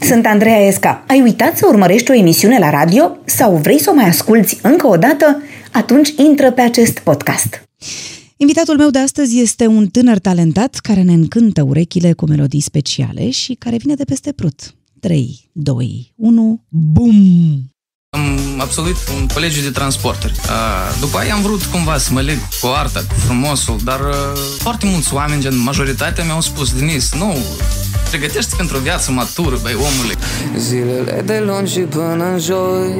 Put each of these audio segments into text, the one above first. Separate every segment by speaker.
Speaker 1: Sunt Andreea Esca. Ai uitat să urmărești o emisiune la radio sau vrei să o mai asculți încă o dată? Atunci intră pe acest podcast.
Speaker 2: Invitatul meu de astăzi este un tânăr talentat care ne încântă urechile cu melodii speciale și care vine de peste prut. 3, 2, 1, BUM!
Speaker 3: Am absolvit un colegiu de transporturi. Uh, După aia am vrut cumva să mă leg cu arta, cu frumosul, dar uh, foarte mulți oameni, gen majoritatea, mi-au spus, Denis, nu, pregătește pentru o viață matură, băi, omule.
Speaker 4: Zilele de luni și până în joi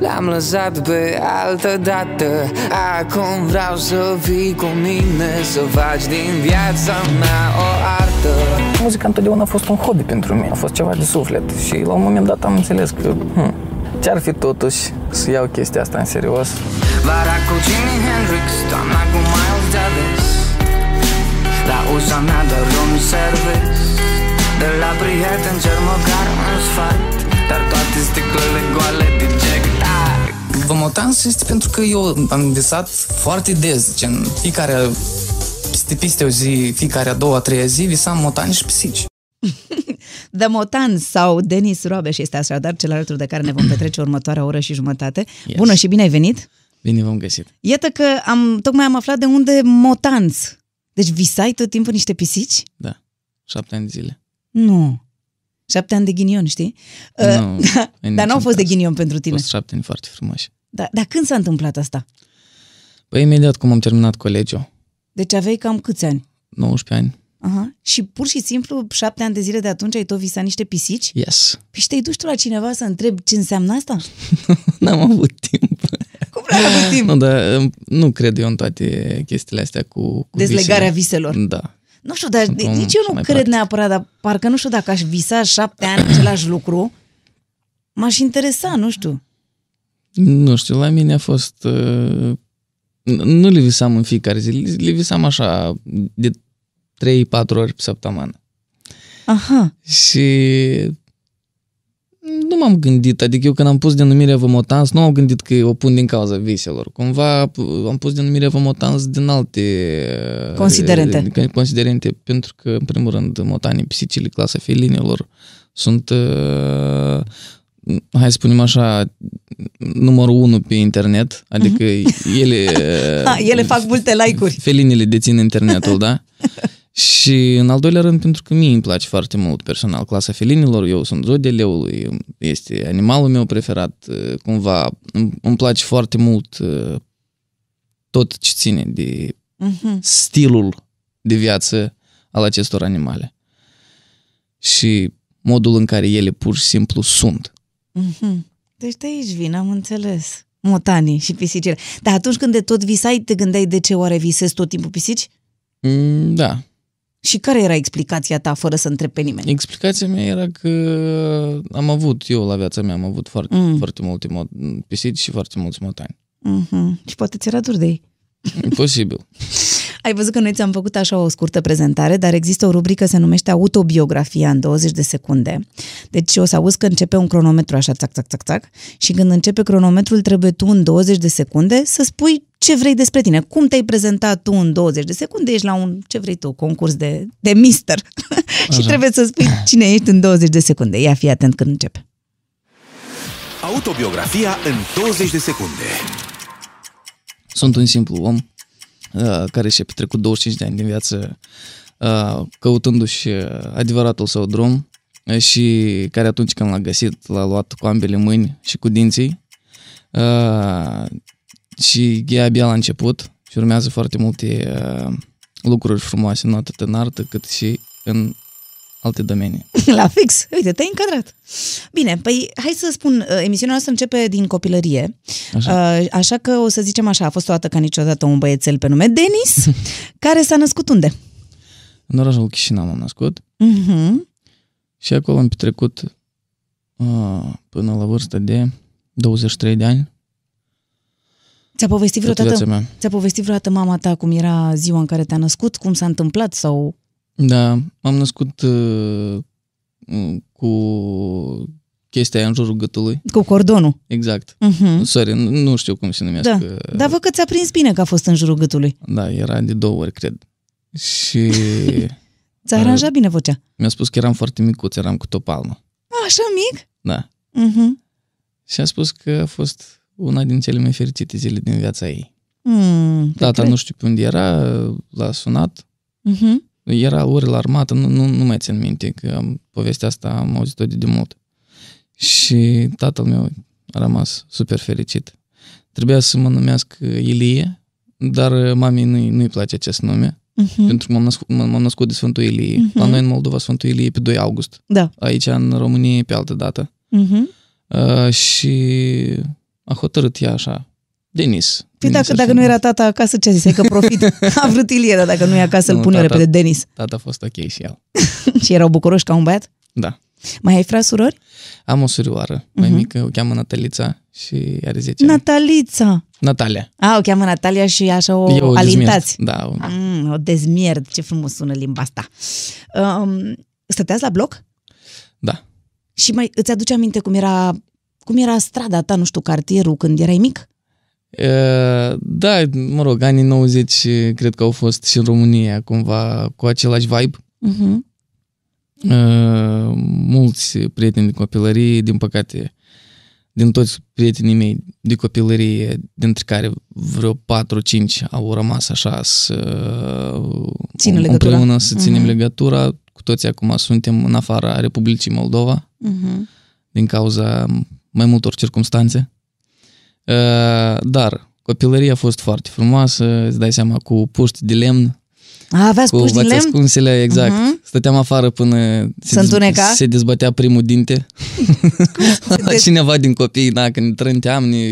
Speaker 4: Le-am lăsat pe altă dată Acum vreau să fii cu mine Să faci din viața mea o artă
Speaker 5: Muzica întotdeauna a fost un hobby pentru mine, a fost ceva de suflet și la un moment dat am înțeles că hmm, ce-ar fi totuși să iau chestia asta în serios.
Speaker 4: Vara cu Jimi Hendrix Toamna cu Miles Davis La ușa mea de room service De la prieten cer măcar un sfat Dar toate sticlele goale de Jack Black
Speaker 3: Vă mutans este pentru că eu am visat foarte des, gen fiecare peste, peste o zi, fiecare a doua, a treia zi, visam motani și pisici.
Speaker 2: The Motan sau Denis Roabeș este așadar cel alături de care ne vom petrece următoarea oră și jumătate. Yes.
Speaker 3: Yes.
Speaker 2: Bună și bine ai venit!
Speaker 3: Bine v-am găsit.
Speaker 2: Iată că am, tocmai am aflat de unde motanți. Deci visai tot timpul niște pisici?
Speaker 3: Da. Șapte ani de zile.
Speaker 2: Nu. Șapte ani de ghinion, știi? Uh,
Speaker 3: Nu, în
Speaker 2: Dar n-au
Speaker 3: niciun
Speaker 2: fost de
Speaker 3: caz.
Speaker 2: ghinion pentru
Speaker 3: Au
Speaker 2: tine.
Speaker 3: fost șapte ani foarte frumoși.
Speaker 2: Da, dar când s-a întâmplat asta?
Speaker 3: Păi imediat cum am terminat colegiul,
Speaker 2: Deci aveai cam câți ani?
Speaker 3: 19 ani,
Speaker 2: Aha. Și pur și simplu, șapte ani de zile de atunci ai tot visat niște pisici?
Speaker 3: yes,
Speaker 2: Păi și te-ai dus tu la cineva să întrebi ce înseamnă asta?
Speaker 3: n-am avut timp.
Speaker 2: Cum l-ai avut timp?
Speaker 3: Nu, dar um, nu cred eu în toate chestiile astea cu, cu
Speaker 2: Dezlegarea
Speaker 3: visele.
Speaker 2: viselor.
Speaker 3: Da.
Speaker 2: Nu știu, dar
Speaker 3: Sunt om
Speaker 2: nici eu
Speaker 3: și
Speaker 2: nu
Speaker 3: mai
Speaker 2: cred
Speaker 3: practic.
Speaker 2: neapărat, dar parcă nu știu dacă aș visa șapte ani același lucru, m-aș interesa, nu știu.
Speaker 3: Nu știu, la mine a fost... uh, n- Nu le visam în fiecare zi, le- le visam așa de 3-4 ori pe săptămână.
Speaker 2: Aha,
Speaker 3: Și nu m-am gândit, adică eu când am pus denumirea Vomotans, nu am gândit că o pun din cauza viselor. Cumva p- am pus denumirea Vomotans din alte... uh,
Speaker 2: Considerente.
Speaker 3: con- Considerente, pentru că, în primul rând, motanii, pisicile, clasa felinilor sunt, uh, hai să spunem așa, numărul unu pe internet, adică ele...
Speaker 2: Ha, Mhm. Da, ele fac multe like-uri.
Speaker 3: Felinile dețin internetul, da? Și în al doilea rând, pentru că mie îmi place foarte mult personal clasa felinilor, eu sunt zodia leului, este animalul meu preferat, uh, cumva îmi, îmi place foarte mult uh, tot ce ține de
Speaker 2: Mhm.
Speaker 3: stilul de viață al acestor animale și modul în care ele pur și simplu sunt.
Speaker 2: Mhm. Deci de aici vin, am înțeles. Motanii și pisicile. Dar atunci când de tot visai, te gândeai de ce oare visezi tot timpul pisici?
Speaker 3: Mm, Da,
Speaker 2: Și care era explicația ta fără să întrebi pe nimeni?
Speaker 3: Explicația mea era că am avut, eu la viața mea am avut foarte,
Speaker 2: Mm.
Speaker 3: mm. foarte multe mo- pisici și foarte mulți motani.
Speaker 2: Mhm. Și poate ți era dur de ei.
Speaker 3: Posibil.
Speaker 2: Ai văzut că noi ți-am făcut așa o scurtă prezentare, dar există o rubrică se numește Autobiografia în 20 de secunde. Deci o să auzi că începe un cronometru așa, țac, țac, țac, țac, și când începe cronometrul trebuie tu în 20 de secunde să spui ce vrei despre tine, cum te-ai prezentat tu în 20 de secunde, ești la un, ce vrei tu, concurs de, de mister și
Speaker 3: Așa.
Speaker 2: trebuie să spui cine ești în 20 de secunde. Ia fi atent când începe.
Speaker 6: Autobiografia în 20 de secunde.
Speaker 3: Sunt un simplu om uh, care și-a petrecut 25 de ani din viață uh, căutându-și uh, adevăratul său drum uh, și care atunci când l-a găsit l-a luat cu ambele mâini și cu dinții uh, și e abia la început și urmează foarte multe uh, lucruri frumoase, nu atât în artă cât și în alte domenii.
Speaker 2: La fix. Uite, te-ai încadrat. Bine, păi hai să spun, uh, emisiunea noastră începe din copilărie, așa. așa că o să zicem așa, a fost o dată ca niciodată un băiețel pe nume Denis, care s-a născut unde?
Speaker 3: În orașul Chișinău m-am născut
Speaker 2: Mm-hmm.
Speaker 3: și acolo am petrecut uh, până la vârsta de 23 de ani.
Speaker 2: Ți-a povestit
Speaker 3: Tot viața
Speaker 2: vreodată,
Speaker 3: mea.
Speaker 2: ți-a povestit vreodată mama ta cum era ziua în care te-a născut, cum s-a întâmplat sau...
Speaker 3: Da, m-am născut uh, m- cu chestia aia în jurul gâtului,
Speaker 2: cu cordonul?
Speaker 3: exact.
Speaker 2: Mm-hmm.
Speaker 3: Sorry, nu- nu știu cum se numesc.
Speaker 2: Da,
Speaker 3: uh,
Speaker 2: dar văd că ți-a prins bine că a fost în jurul gâtului.
Speaker 3: da, era de două ori, cred. Și
Speaker 2: Ți-a aranjat bine vocea.
Speaker 3: mi-a spus că eram foarte micuț, eram cu o palmă.
Speaker 2: Așa mic?
Speaker 3: Da.
Speaker 2: Mhm.
Speaker 3: Și a spus că a fost una din cele mai fericite zile din viața ei.
Speaker 2: Mm,
Speaker 3: Tata nu știu pe unde era, l-a sunat,
Speaker 2: Mhm.
Speaker 3: era ori la armată, nu, nu, nu mai țin minte, că am, povestea asta am auzit-o de demult. Și tatăl meu a rămas super fericit. Trebuia să mă numesc Ilie, dar uh, mamei nu-i, nu-i place acest nume,
Speaker 2: Mhm.
Speaker 3: mm. pentru că m-am născut, m-am m-am născut de Sfântul Ilie. Mm-hmm. La noi în Moldova Sfântul Ilie e pe 2 august,
Speaker 2: Da.
Speaker 3: aici în România e pe altă dată.
Speaker 2: Mhm.
Speaker 3: Uh, și a hotărât ea așa, Denis.
Speaker 2: Păi
Speaker 3: Denis
Speaker 2: dacă,
Speaker 3: ar
Speaker 2: dacă
Speaker 3: fi
Speaker 2: nu
Speaker 3: un-
Speaker 2: era tata acasă, ce a zis? Hai că profit. A vrut Ilie, dar dacă nu e acasă, îl
Speaker 3: Nu,
Speaker 2: pun eu
Speaker 3: tata-
Speaker 2: repede, Denis.
Speaker 3: Tata a fost ok și el.
Speaker 2: Și erau bucuroși ca un băiat?
Speaker 3: Da.
Speaker 2: Mai ai frați, surori?
Speaker 3: Am o surioară mai
Speaker 2: Mhm.
Speaker 3: mică, o cheamă Natalița și are 10 ani.
Speaker 2: Natalița.
Speaker 3: Natalia.
Speaker 2: A, o cheamă Natalia și așa o,
Speaker 3: Eu
Speaker 2: o
Speaker 3: dezmiert.
Speaker 2: alintați.
Speaker 3: Da, o-
Speaker 2: Mm, o dezmierd, ce frumos sună limba asta. Um, stăteați la bloc?
Speaker 3: da.
Speaker 2: Și mai îți aduce aminte cum era, cum era strada ta, nu știu, cartierul când erai mic?
Speaker 3: E, Da, mă rog, anii 90 e, cred că au fost și în România cumva cu același vibe.
Speaker 2: Uh-huh.
Speaker 3: Mhm, E, Mulți prieteni de copilărie, din păcate, din toți prietenii mei de copilărie, dintre care vreo 4-5 au rămas așa să
Speaker 2: Țină
Speaker 3: um,
Speaker 2: legătura.
Speaker 3: împreună să ținem
Speaker 2: Mhm.
Speaker 3: legătura. Cu toți acum suntem în afara Republicii Moldova. mhm.
Speaker 2: Uh-huh.
Speaker 3: din cauza mai multor circunstanțe. Uh, Dar copilăria a fost foarte frumoasă, îți dai seama, cu puști de lemn,
Speaker 2: A, aveați
Speaker 3: cu
Speaker 2: puși din
Speaker 3: văți
Speaker 2: lemn?
Speaker 3: ascunsele, exact.
Speaker 2: Mhm.
Speaker 3: Uh-huh. Stăteam afară până
Speaker 2: Se întuneca?
Speaker 3: se dezbătea primul dinte. la cineva din copii, da, când trânteam, ne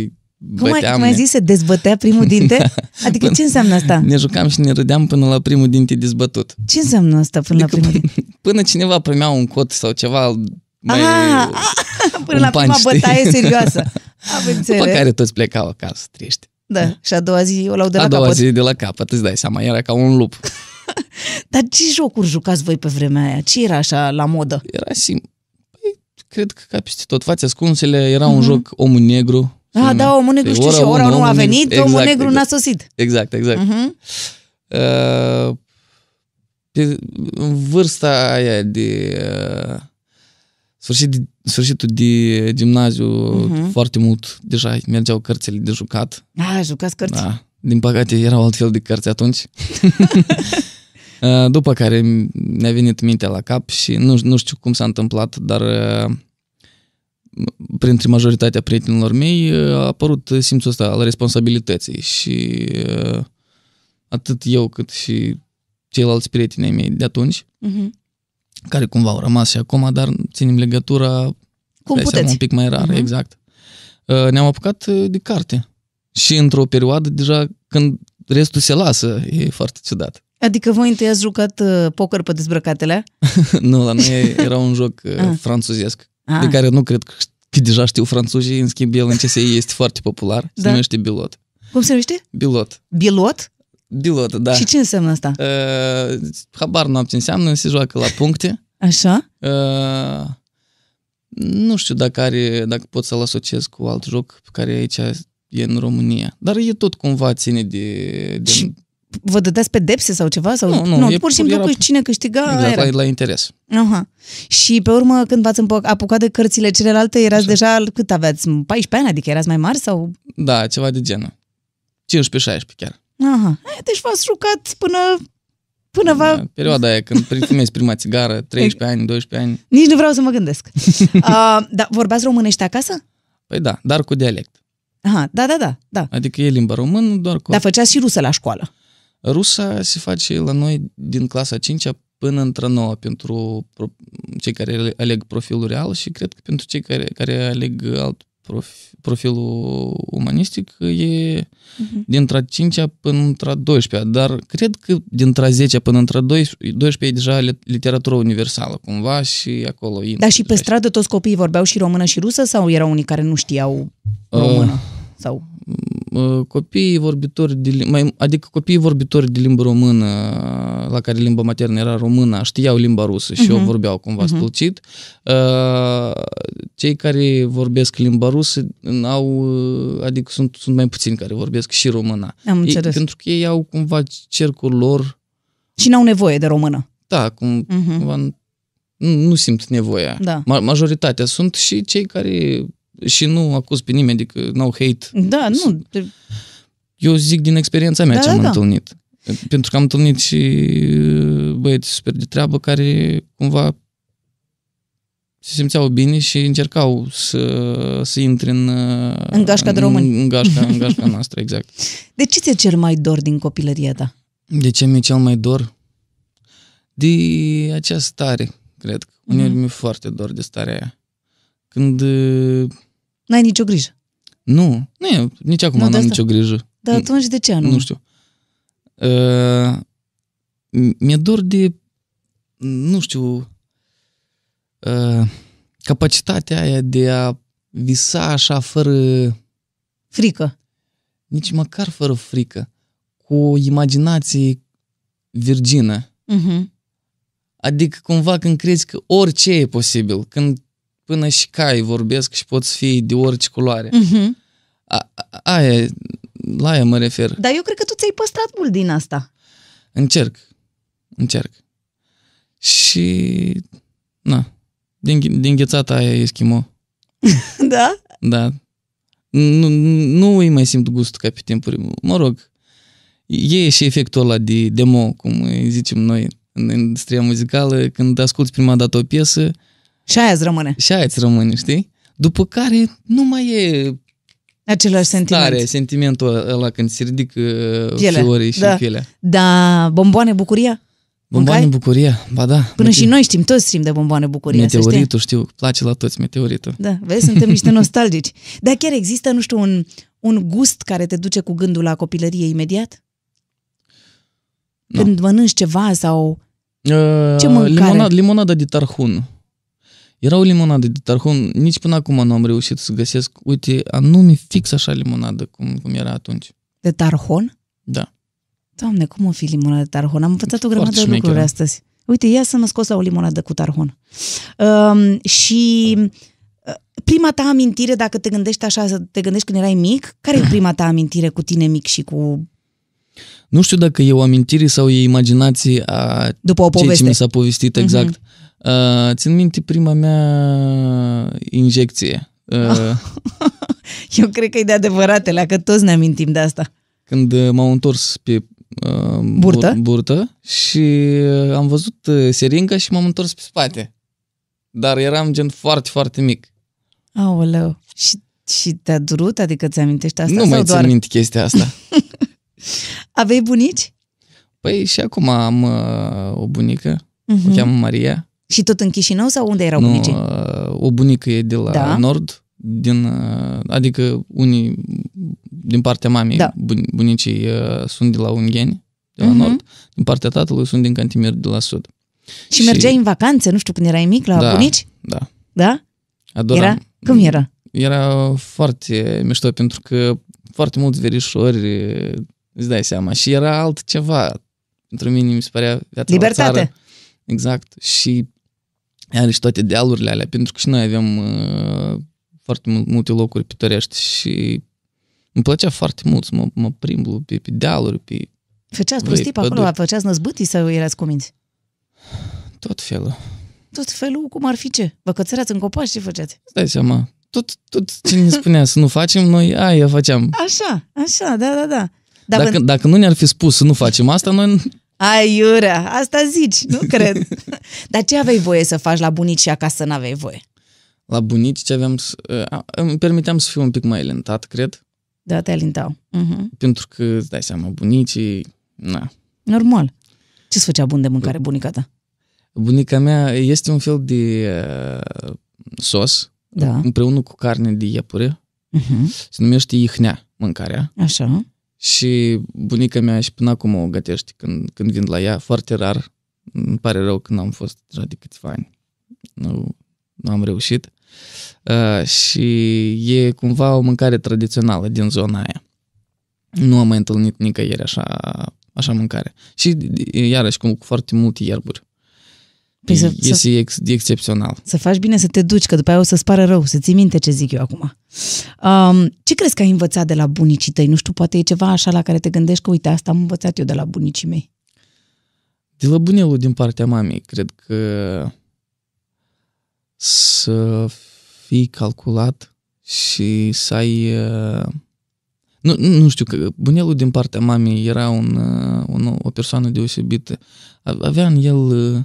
Speaker 2: Cum ai,
Speaker 3: băteam,
Speaker 2: cum ai
Speaker 3: ne-
Speaker 2: zis, se dezbătea primul dinte? Adică ce înseamnă asta?
Speaker 3: Ne jucam și ne râdeam până la primul dinte dezbătut.
Speaker 2: Ce înseamnă asta până la
Speaker 3: Adică
Speaker 2: primul dinte?
Speaker 3: Până cineva primea un cot sau ceva mai...
Speaker 2: Ah, până
Speaker 3: un
Speaker 2: la prima
Speaker 3: punch, știi?
Speaker 2: bătaie serioasă. Am
Speaker 3: după
Speaker 2: înțeles.
Speaker 3: care toți plecau acasă, triști.
Speaker 2: Da. Și a doua zi o lau de
Speaker 3: a
Speaker 2: la
Speaker 3: doua
Speaker 2: capăt.
Speaker 3: zi de la capăt, îți dai seama, era ca un lup.
Speaker 2: Dar ce jocuri jucați voi pe vremea aia? Ce era așa la modă?
Speaker 3: Era simplu. Păi, cred că ca peste tot. Fați ascunsele, era un joc omul negru.
Speaker 2: A,
Speaker 3: se numea.
Speaker 2: Mhm. da, omul negru
Speaker 3: Pe
Speaker 2: știu și
Speaker 3: unu,
Speaker 2: ora nu a
Speaker 3: omul negru.
Speaker 2: venit,
Speaker 3: Exact,
Speaker 2: omul negru n-a
Speaker 3: exact.
Speaker 2: sosit.
Speaker 3: Exact, exact.
Speaker 2: Mhm.
Speaker 3: Uh, pe în vârsta aia de uh, sfârșit, de- sfârșitul de gimnaziu
Speaker 2: Mhm.
Speaker 3: foarte mult deja mergeau cărțile de jucat.
Speaker 2: A, jucați cărți.
Speaker 3: Da. Din păcate erau altfel de cărți atunci. Uh, După care ne-a venit mintea la cap și nu, nu știu cum s-a întâmplat, dar uh, printre majoritatea prietenilor mei uh, a apărut simțul ăsta al responsabilității și uh, atât eu cât și ceilalți prieteni ai mei de atunci,
Speaker 2: Mhm.
Speaker 3: care cumva au rămas și acum, dar ținem legătura
Speaker 2: Cum
Speaker 3: dai seama,
Speaker 2: puteți?
Speaker 3: un pic mai rar,
Speaker 2: Mhm.
Speaker 3: uh-huh. exact. Uh, Ne-am apucat uh, de carte. Și într-o perioadă, deja când restul se lasă, e foarte ciudat.
Speaker 2: Adică voi întâi ați jucat uh, poker pe dezbrăcatele?
Speaker 3: nu, la noi era un joc uh,
Speaker 2: Ah.
Speaker 3: franțuzesc,
Speaker 2: Ah.
Speaker 3: de care nu cred că, că deja știu franțuzii, în schimb el în CSI este foarte popular,
Speaker 2: Da.
Speaker 3: se numește Bilot.
Speaker 2: Cum se numește?
Speaker 3: Bilot.
Speaker 2: Bilot?
Speaker 3: Bilot, da.
Speaker 2: Și ce înseamnă asta?
Speaker 3: Uh, habar n-am ce înseamnă, se joacă la puncte.
Speaker 2: Așa?
Speaker 3: Uh, nu știu dacă are, dacă pot să-l asociez cu alt joc pe care aici e în România. Dar e tot cumva ține de... de
Speaker 2: Și Vă dădeați pedepse sau ceva? Sau...
Speaker 3: Nu, nu, e
Speaker 2: pur și
Speaker 3: pur-
Speaker 2: simplu
Speaker 3: era-
Speaker 2: cu cine câștiga
Speaker 3: exact,
Speaker 2: era.
Speaker 3: la, la interes.
Speaker 2: Aha. Și pe urmă, când v-ați împo- apucat de cărțile celelalte, erați deja, cât aveați? 14 ani? Adică erați mai mari sau...
Speaker 3: Da, ceva de genul. 15-16 chiar.
Speaker 2: Aha. E, Deci v-ați jucat până... Până va...
Speaker 3: Da, perioada aia când primezi prima țigară, 13
Speaker 2: Păi-
Speaker 3: ani, 12 ani.
Speaker 2: Nici nu vreau să mă gândesc. uh, da, vorbeați românește acasă?
Speaker 3: Păi da, dar cu dialect.
Speaker 2: Aha, da, da, da, da.
Speaker 3: Adică e limba română, doar cu...
Speaker 2: Dar făceați și rusă la școală.
Speaker 3: Rusa se face la noi din clasa 5 până într-a 9 pentru pro- cei care aleg profilul real și cred că pentru cei care, care aleg alt prof- profilul umanistic e
Speaker 2: Mhm.
Speaker 3: uh-huh. dintre 5 până într-a 12 dar cred că dintre 10 până într-a 12 e deja lit- literatura universală cumva și acolo intră
Speaker 2: Dar și pe
Speaker 3: deja
Speaker 2: stradă toți copiii vorbeau și română și rusă sau erau unii care nu știau română? Sau...
Speaker 3: Uh, copiii vorbitori de lim- mai, adică copiii vorbitori de limbă română, la care limba maternă era română, știau limba rusă și
Speaker 2: Mhm.
Speaker 3: o vorbeau cumva stulcit. Uh, Cei care vorbesc limba rusă au, uh, adică sunt, sunt mai puțini care vorbesc și româna.
Speaker 2: Am
Speaker 3: Ei-
Speaker 2: înțeles.
Speaker 3: pentru că ei au cumva cercul lor,
Speaker 2: Și n-au nevoie de română.
Speaker 3: da, cum,
Speaker 2: Mhm.
Speaker 3: cumva nu simt nevoia.
Speaker 2: Da.
Speaker 3: Ma- Majoritatea sunt și cei care și nu acuz pe nimeni, adică n-au hate.
Speaker 2: Da, nu,
Speaker 3: Eu zic din experiența mea
Speaker 2: Da,
Speaker 3: da, ce
Speaker 2: da, da.
Speaker 3: am da. întâlnit. Pentru că am întâlnit și uh, băieți super de treabă care cumva se simțeau bine și încercau să, să intre în... uh,
Speaker 2: În gașca de români.
Speaker 3: În, în, gașca, în gașca noastră, exact.
Speaker 2: De ce ți-e cel mai dor din copilăria ta?
Speaker 3: De ce mi-e cel mai dor? De acea stare, cred. Uneori
Speaker 2: Mhm.
Speaker 3: mi-e foarte dor de starea aia. Când... uh,
Speaker 2: N-ai nicio grijă.
Speaker 3: Nu, nu e, nici acum
Speaker 2: Nu, de
Speaker 3: nu, n-am
Speaker 2: asta.
Speaker 3: nicio grijă.
Speaker 2: Dar
Speaker 3: Nu.
Speaker 2: atunci de ce nu?
Speaker 3: Nu, știu. Uh, mi-e dor de, nu știu, uh, capacitatea aia de a visa așa fără,
Speaker 2: Frică.
Speaker 3: nici măcar fără frică, cu o imaginație virgină.
Speaker 2: Uh-huh.
Speaker 3: Adică cumva când crezi că orice e posibil, când până și cai vorbesc și poți fi de orice culoare.
Speaker 2: Uh-huh.
Speaker 3: A, a- aia, e- la aia mă refer.
Speaker 2: Dar eu cred că tu ți-ai păstrat mult din asta.
Speaker 3: Încerc. Încerc. Și... Na. Din, din ghețata aia e schimo.
Speaker 2: Da?
Speaker 3: Da. Nu, nu îi mai simt gustul ca pe timpuri. Mă rog. E și efectul ăla de demo, cum îi zicem noi în industria muzicală, când asculti prima dată o piesă
Speaker 2: Și aia îți rămâne.
Speaker 3: și aia îți rămâne, știi? După care nu mai e
Speaker 2: Același sentiment.
Speaker 3: tare sentimentul ăla când se ridică
Speaker 2: Pielea,
Speaker 3: fiorii și
Speaker 2: da.
Speaker 3: pielea.
Speaker 2: Da, bomboane bucuria?
Speaker 3: Bomboane
Speaker 2: Mâncai?
Speaker 3: bucuria, ba da.
Speaker 2: Până
Speaker 3: Mete-
Speaker 2: și noi știm, toți știm de bomboane bucuria, să știi.
Speaker 3: Meteoritul, știu, place la toți meteoritul.
Speaker 2: Da, vezi, suntem niște nostalgici. Dar chiar există, nu știu, un, un gust care te duce cu gândul la copilărie imediat?
Speaker 3: Nu.
Speaker 2: Când mănânci ceva sau... Ce
Speaker 3: Uh,
Speaker 2: mâncare?
Speaker 3: limonad, limonada de tarhun. Era o limonadă de tarhun, nici până acum nu am reușit să găsesc, uite, anume fix așa limonadă cum, cum era atunci.
Speaker 2: de tarhon?
Speaker 3: Da.
Speaker 2: Doamne, cum o fi limonada de tarhon? Am învățat o
Speaker 3: Foarte
Speaker 2: grămadă de
Speaker 3: șmecheră.
Speaker 2: lucruri astăzi. Uite, ia să mă scos la o limonadă cu tarhon. Um, și uh, prima ta amintire, dacă te gândești așa, să te gândești când erai mic, care e prima ta amintire cu tine mic și cu...
Speaker 3: Nu știu dacă e o amintire sau e imaginație a
Speaker 2: După o
Speaker 3: ceea
Speaker 2: poveste.
Speaker 3: ce
Speaker 2: Mhm.
Speaker 3: mi s-a povestit exact. Uh, țin minte prima mea injecție.
Speaker 2: Ah.
Speaker 3: Uh,
Speaker 2: Eu cred că e de adevăratele, că toți ne amintim de asta.
Speaker 3: când uh, m-au întors pe uh, bur-
Speaker 2: Burtă?
Speaker 3: burtă și uh, am văzut uh, seringa și m-am întors pe spate. Dar eram gen foarte, foarte mic.
Speaker 2: Aoleu. Și, și te-a durut? Adică ți amintești asta?
Speaker 3: nu
Speaker 2: sau
Speaker 3: mai
Speaker 2: doar...
Speaker 3: țin minte chestia asta.
Speaker 2: Aveai bunici?
Speaker 3: Păi și acum am uh, o bunică, mm-hmm. o
Speaker 2: Mhm.
Speaker 3: cheamă Maria.
Speaker 2: Și tot în Chișinău sau unde erau
Speaker 3: nu,
Speaker 2: bunicii?
Speaker 3: uh, o bunică e de la
Speaker 2: Da.
Speaker 3: nord, din, uh, adică unii din partea mamei,
Speaker 2: Da.
Speaker 3: bun- bunicii uh, sunt de la Ungheni, de la
Speaker 2: Mhm.
Speaker 3: nord, din partea tatălui sunt din Cantimir, de la sud.
Speaker 2: Și mergeai în vacanțe, nu știu, când erai mic, la
Speaker 3: Da.
Speaker 2: bunici?
Speaker 3: Da.
Speaker 2: Da?
Speaker 3: Adoram.
Speaker 2: Era? Cum era?
Speaker 3: Era foarte mișto pentru că foarte mulți verișori, e, îți dai seama, și era altceva. Pentru mine mi se părea viața
Speaker 2: Libertate.
Speaker 3: la țară. Exact. Și are și toate dealurile alea, pentru că și noi avem uh, foarte mul- multe locuri pitorești și îmi plăcea foarte mult să mă, mă primblu pe, pe dealuri, pe
Speaker 2: Făceați
Speaker 3: Băi,
Speaker 2: prostii pe acolo,
Speaker 3: păduri.
Speaker 2: făceați năzbâtii sau erați cuminți?
Speaker 3: tot felul.
Speaker 2: Tot felul, cum ar fi ce? Vă cățărați în copaci, ce făceați?
Speaker 3: Îți dai seama, tot, tot ce ne spunea să nu facem, noi aia făceam.
Speaker 2: Așa, așa, da, da, da. Dar
Speaker 3: Dacă,
Speaker 2: când...
Speaker 3: dacă nu ne-ar fi spus să nu facem asta, noi
Speaker 2: Ai, iurea, asta zici, nu cred. Dar ce aveai voie să faci la bunici și acasă n-aveai voie?
Speaker 3: la bunici ce aveam să, a, îmi permiteam să fiu un pic mai lentat, cred,
Speaker 2: Da, te alintau. Uh-huh.
Speaker 3: pentru că, îți dai seama, bunicii, na.
Speaker 2: Normal. Ce-ți făcea bun de mâncare bunica ta?
Speaker 3: Bunica mea este un fel de uh, sos,
Speaker 2: Da.
Speaker 3: împreună cu carne de iepure,
Speaker 2: Uh-huh.
Speaker 3: se numește ihnea mâncarea
Speaker 2: Așa.
Speaker 3: și bunica mea și până acum o gătește când, când vin la ea, foarte rar, îmi pare rău că n-am fost deja de câțiva ani, nu, nu am reușit. Uh, și e cumva o mâncare tradițională din zona aia. Nu am mai întâlnit nicăieri așa, așa mâncare. Și iarăși cu, cu foarte multe ierburi.
Speaker 2: Păi să-
Speaker 3: este Ex, excepțional.
Speaker 2: Să faci bine să te duci, că după aia o să-ți pară rău, să ții minte ce zic eu acum. Um, ce crezi că ai învățat de la bunicii tăi? Nu știu, poate e ceva așa la care te gândești că, uite, asta am învățat eu de la bunicii mei.
Speaker 3: De la bunelul din partea mamei, cred că fii calculat și să ai... uh, Nu, nu știu, că bunelul din partea mamei era un, uh, un, o persoană deosebită. A- Avea în el uh,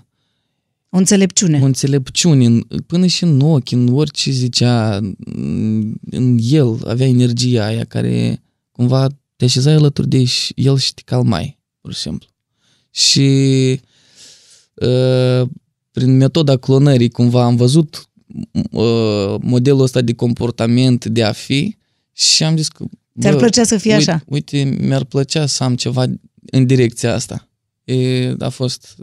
Speaker 2: O înțelepciune.
Speaker 3: o înțelepciune, în- până și în ochi, în orice zicea, în- în el avea energia aia care cumva te așezai alături de și- el și te calmai, pur și simplu. Și uh, prin metoda clonării cumva am văzut uh, modelul ăsta de comportament, de a fi și am zis că...
Speaker 2: Ți-ar
Speaker 3: bă,
Speaker 2: plăcea să fie
Speaker 3: uite,
Speaker 2: așa?
Speaker 3: Uite, mi-ar plăcea să am ceva în direcția asta. E, a fost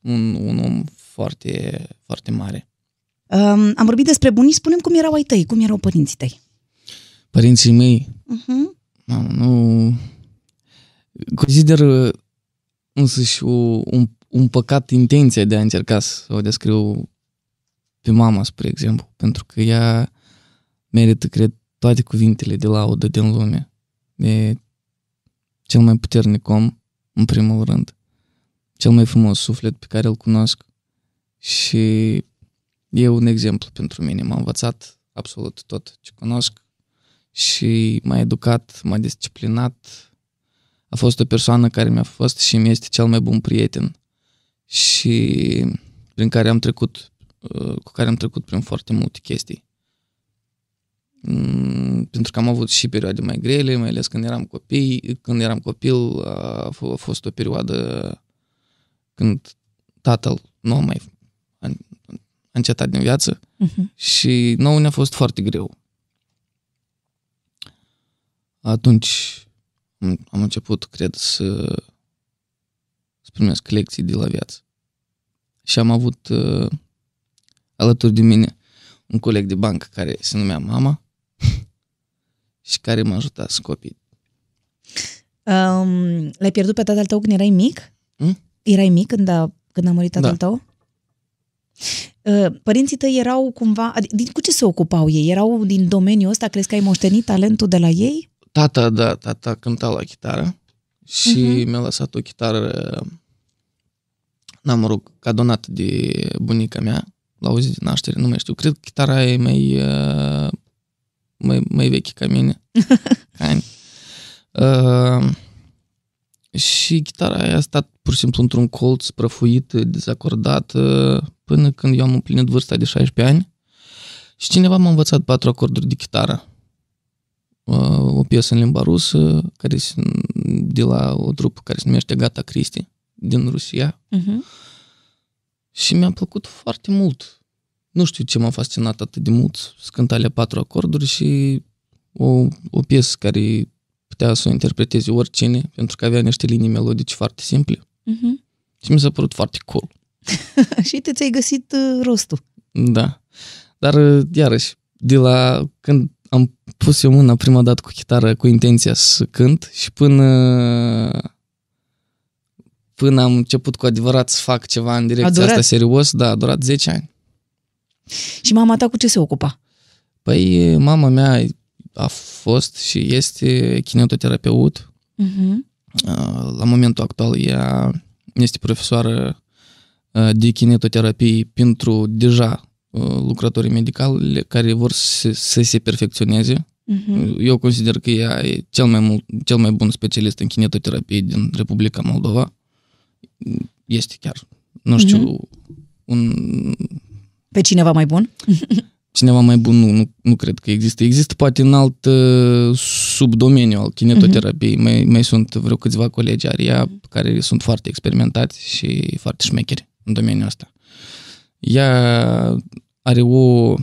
Speaker 3: un, un om foarte, foarte mare.
Speaker 2: Um, am vorbit despre bunii, spunem cum erau ai tăi, cum erau părinții tăi.
Speaker 3: Părinții mei,
Speaker 2: Uh-huh.
Speaker 3: mamă, nu... Consider uh, însăși o, un, un păcat intenția de a încerca să o descriu pe mama, spre exemplu, pentru că ea merită, cred, toate cuvintele de laudă din lume. E cel mai puternic om, în primul rând, cel mai frumos suflet pe care îl cunosc și e un exemplu pentru mine. M-a învățat absolut tot ce cunosc și m-a educat, m-a disciplinat. A fost o persoană care mi-a fost și mi este cel mai bun prieten și prin care am trecut, uh, cu care am trecut prin foarte multe chestii. Mm, Pentru că am avut și perioade mai grele, mai ales când eram copii, când eram copil a f- a fost o perioadă când tatăl nu a mai a a încetat din viață
Speaker 2: Uh-huh.
Speaker 3: și nouă ne-a fost foarte greu. Atunci am am început, cred, să, să primesc lecții de la viață. Și am avut uh, alături de mine un coleg de bancă care se numea Mama și care m-a ajutat să copii.
Speaker 2: Um, l-ai pierdut pe tatăl tău când erai mic?
Speaker 3: Mm?
Speaker 2: Erai mic când a, când a murit
Speaker 3: Da.
Speaker 2: tatăl tău? Uh, Părinții tăi erau cumva... adi- Din, cu ce se ocupau ei? Erau din domeniul ăsta? Crezi că ai moștenit talentul de la ei?
Speaker 3: Tata, da, tata cânta la chitară și mi-a lăsat o chitară, n-am mă rog, ca donat de bunica mea, la o zi de naștere, nu mai știu, cred că chitara e mai, uh, mai, mai veche ca mine, ca ani. Uh, și chitara aia a stat pur și simplu într-un colț prăfuit, dezacordat, uh, până când eu am împlinit vârsta de 16 ani și cineva m-a învățat patru acorduri de chitară uh, o piesă în limba rusă care se, de la o trupă care se numește Gata Cristi din Rusia
Speaker 2: Uh-huh.
Speaker 3: și mi-a plăcut foarte mult. Nu știu ce m-a fascinat atât de mult să cânt ale patru acorduri și o, o piesă care putea să o interpreteze oricine pentru că avea niște linii melodice foarte simple
Speaker 2: Uh-huh.
Speaker 3: și mi s-a părut foarte cool.
Speaker 2: Și te ți-ai găsit uh, rostul.
Speaker 3: Da. Dar, uh, iarăși, de la când am pus eu mâna prima dată cu chitară cu intenția să cânt și până până am început cu adevărat să fac ceva în
Speaker 2: A
Speaker 3: direcția
Speaker 2: durat?
Speaker 3: asta serios, da, a durat 10 ani.
Speaker 2: Și mama ta cu ce se ocupa?
Speaker 3: Păi mama mea a fost și este kinetoterapeut.
Speaker 2: Uh-huh.
Speaker 3: Uh, La momentul actual ea este profesoară uh, de kinetoterapie pentru deja uh, lucrătorii medicali care vor să, să se perfecționeze
Speaker 2: Uh-huh.
Speaker 3: Eu consider că ea e cel mai, mult, cel mai bun specialist în kinetoterapie din Republica Moldova. Este chiar, nu știu, un,
Speaker 2: Pe cineva mai bun?
Speaker 3: cineva mai bun nu, nu, nu cred că există. Există poate în alt uh, subdomeniu al
Speaker 2: Mhm.
Speaker 3: kinetoterapiei. Mai, mai sunt vreo câțiva colegi ar ea care sunt foarte experimentați și foarte șmecheri în domeniul ăsta. Ea are o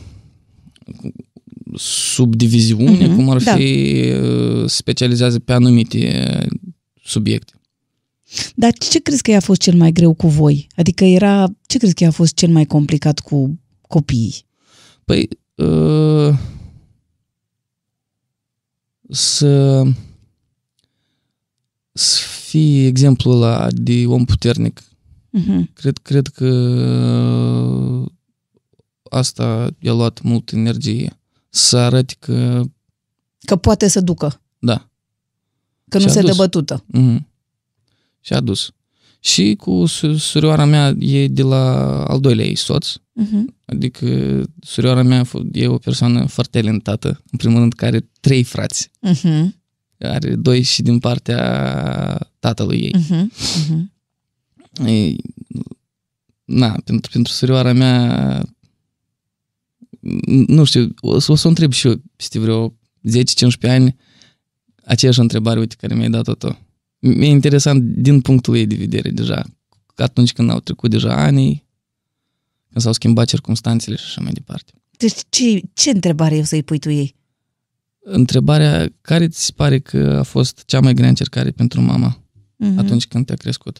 Speaker 3: subdiviziune,
Speaker 2: Mhm,
Speaker 3: cum ar
Speaker 2: da.
Speaker 3: fi, uh, specializează pe anumite uh, subiecte.
Speaker 2: Dar ce crezi că i-a fost cel mai greu cu voi? Adică era... Ce crezi că i-a fost cel mai complicat cu copiii?
Speaker 3: Păi, uh, să, să fii exemplu la de om puternic.
Speaker 2: Uh-huh.
Speaker 3: Cred, cred că asta i-a luat mult energie. Să arăti că,
Speaker 2: Că poate să ducă,
Speaker 3: da,
Speaker 2: că nu
Speaker 3: Și-a
Speaker 2: se dă
Speaker 3: dus.
Speaker 2: bătută.
Speaker 3: mhm. și a dus. Și cu su- surioara mea e de la al doilea ei soț,
Speaker 2: Uh-huh.
Speaker 3: adică surioara mea a f- e o persoană foarte talentată, în primul rând că are trei frați,
Speaker 2: Uh-huh.
Speaker 3: are doi și din partea tatălui ei.
Speaker 2: Uh-huh.
Speaker 7: Mhm.
Speaker 2: Uh-huh.
Speaker 3: Ei, na, pentru, pentru surioara mea, n- nu știu, o, să- o să o întreb și eu peste vreo 10-15 ani aceeași întrebare, uite, care mi-ai dat-o tu. Mi-e interesant din punctul ei de vedere deja, că atunci când au trecut deja anii, când s-au schimbat circunstanțele și așa mai departe.
Speaker 2: Deci ce, ce întrebare o să-i pui tu ei?
Speaker 3: Întrebarea, care ți se pare că a fost cea mai grea încercare pentru mama
Speaker 7: Mhm.
Speaker 2: Uh-huh.
Speaker 3: atunci când te-a crescut?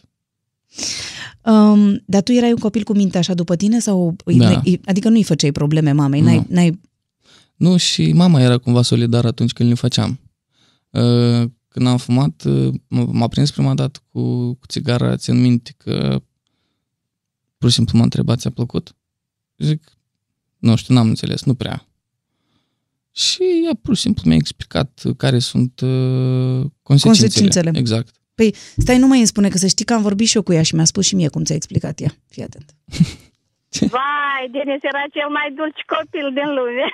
Speaker 2: Um, dar tu erai un copil cu minte așa după tine sau...
Speaker 3: Da.
Speaker 2: Adică nu-i făceai probleme mamei, n-ai,
Speaker 3: Nu.
Speaker 2: n-ai
Speaker 3: Nu, și mama era cumva solidară atunci când le făceam. Uh, Când am fumat, uh, m- m-a prins prima dată cu, cu țigara, țin minte că pur și simplu m-a întrebat, ți-a plăcut? Zic, nu știu, n-am înțeles, nu prea. Și ea pur și simplu mi-a explicat care sunt uh, consecințele.
Speaker 2: Consecințele.
Speaker 3: Exact.
Speaker 2: Păi, stai, nu mai îmi spune, că să știi că am vorbit și eu cu ea și mi-a spus și mie cum ți-a explicat ea. Fii atent.
Speaker 8: Vai, Denis era cel mai dulce copil din lume.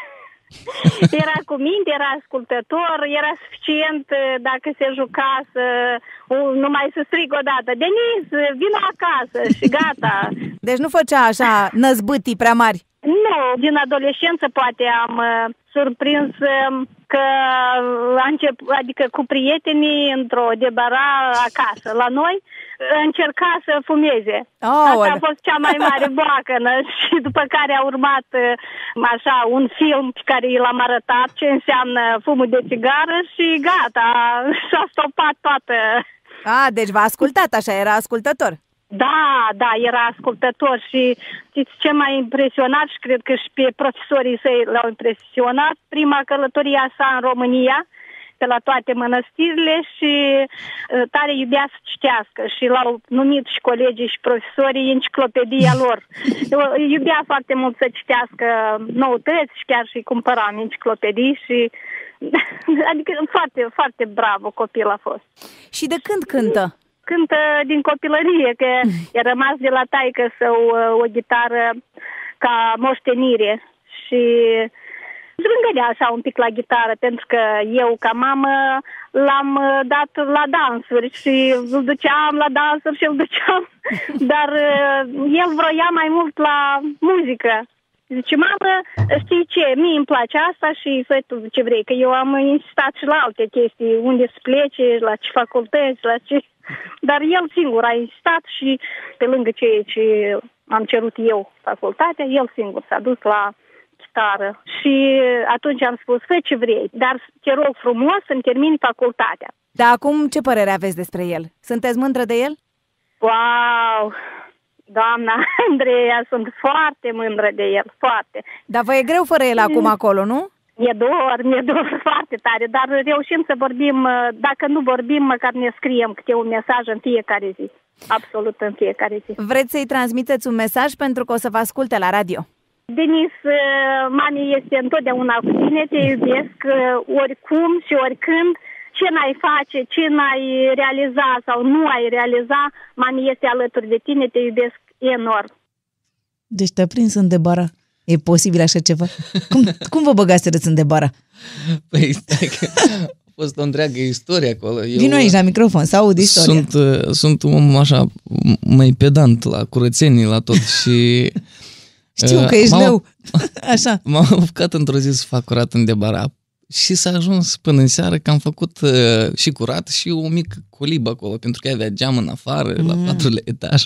Speaker 8: Era cu minte, era ascultător, era suficient eh, dacă se juca să u- numai să strig o dată. Denis, vină acasă și gata.
Speaker 7: Deci nu făcea așa năzbâtii prea mari.
Speaker 8: Nu, din adolescență poate am eh, surprins eh, că a încep, adică cu prietenii într-o debara acasă la noi încerca să fumeze. Asta
Speaker 7: Aoleu.
Speaker 8: a fost cea mai mare boacănă și după care a urmat uh, așa un film pe care i l-am arătat ce înseamnă fumul de țigară și gata, s-a stopat toată.
Speaker 7: A, deci v-a ascultat așa, era ascultător.
Speaker 8: Da, da, era ascultător și știți ce m-a impresionat și cred că și pe profesorii săi l-au impresionat prima călătoria sa în România pe la toate mănăstirile și uh, tare iubea să citească și l-au numit și colegii și profesorii enciclopedia lor. Eu- Iubea foarte mult să citească noutăți și chiar și cumpăram enciclopedii și adică foarte, foarte bravo copil a fost
Speaker 7: Și de când cântă?
Speaker 8: cântă din copilărie, că i-a rămas de la taică său uh, o gitară ca moștenire și zrângănea așa un pic la gitară, pentru că eu ca mamă l-am uh, dat la dansuri și îl duceam la dansuri și îl duceam, dar uh, el vroia mai mult la muzică. Zice, mamă, știi ce, mie îmi place asta și fă tu ce vrei, că eu am insistat și la alte chestii, unde să plece, la ce facultăți, la ce... Dar el singur a insistat și pe lângă ceea ce am cerut eu facultatea, el singur s-a dus la chitară. Și atunci am spus, fă ce vrei, dar te rog frumos să-mi termini facultatea.
Speaker 7: Dar acum ce părere aveți despre el? Sunteți mândră de el?
Speaker 8: Wow! Doamna Andreea, sunt foarte mândră de el, foarte.
Speaker 7: Dar vă e greu fără el acum acolo, nu?
Speaker 8: Mi-e dor, mi-e dor foarte tare, dar reușim să vorbim, uh, dacă nu vorbim, măcar ne scriem câte un mesaj în fiecare zi. Absolut în fiecare zi.
Speaker 7: Vreți să-i transmiteți un mesaj pentru că o să vă asculte la radio.
Speaker 8: Denis, uh, mami este întotdeauna cu tine, te iubesc uh, oricum și oricând. Ce n-ai face, ce n-ai realiza sau nu ai realiza, mami este alături de tine, te iubesc enorm.
Speaker 2: Deci te-a prins în debara. E posibil așa ceva? Cum, cum vă băgaserăți în debara?
Speaker 3: Păi, stai că a fost o întreagă istorie acolo. Eu,
Speaker 2: Vino aici da, la microfon, să aud istoria.
Speaker 3: Sunt, uh, sunt un om așa m- mai pedant la curățenii, la tot și...
Speaker 2: Știu
Speaker 3: uh,
Speaker 2: că ești
Speaker 3: m-am-
Speaker 2: leu. Așa.
Speaker 3: M-am apucat într-o zi să fac curat în debara și s-a ajuns până în seară că am făcut uh, și curat și o mică colibă acolo, pentru că avea geam în afară, mm. la patrulea etaj.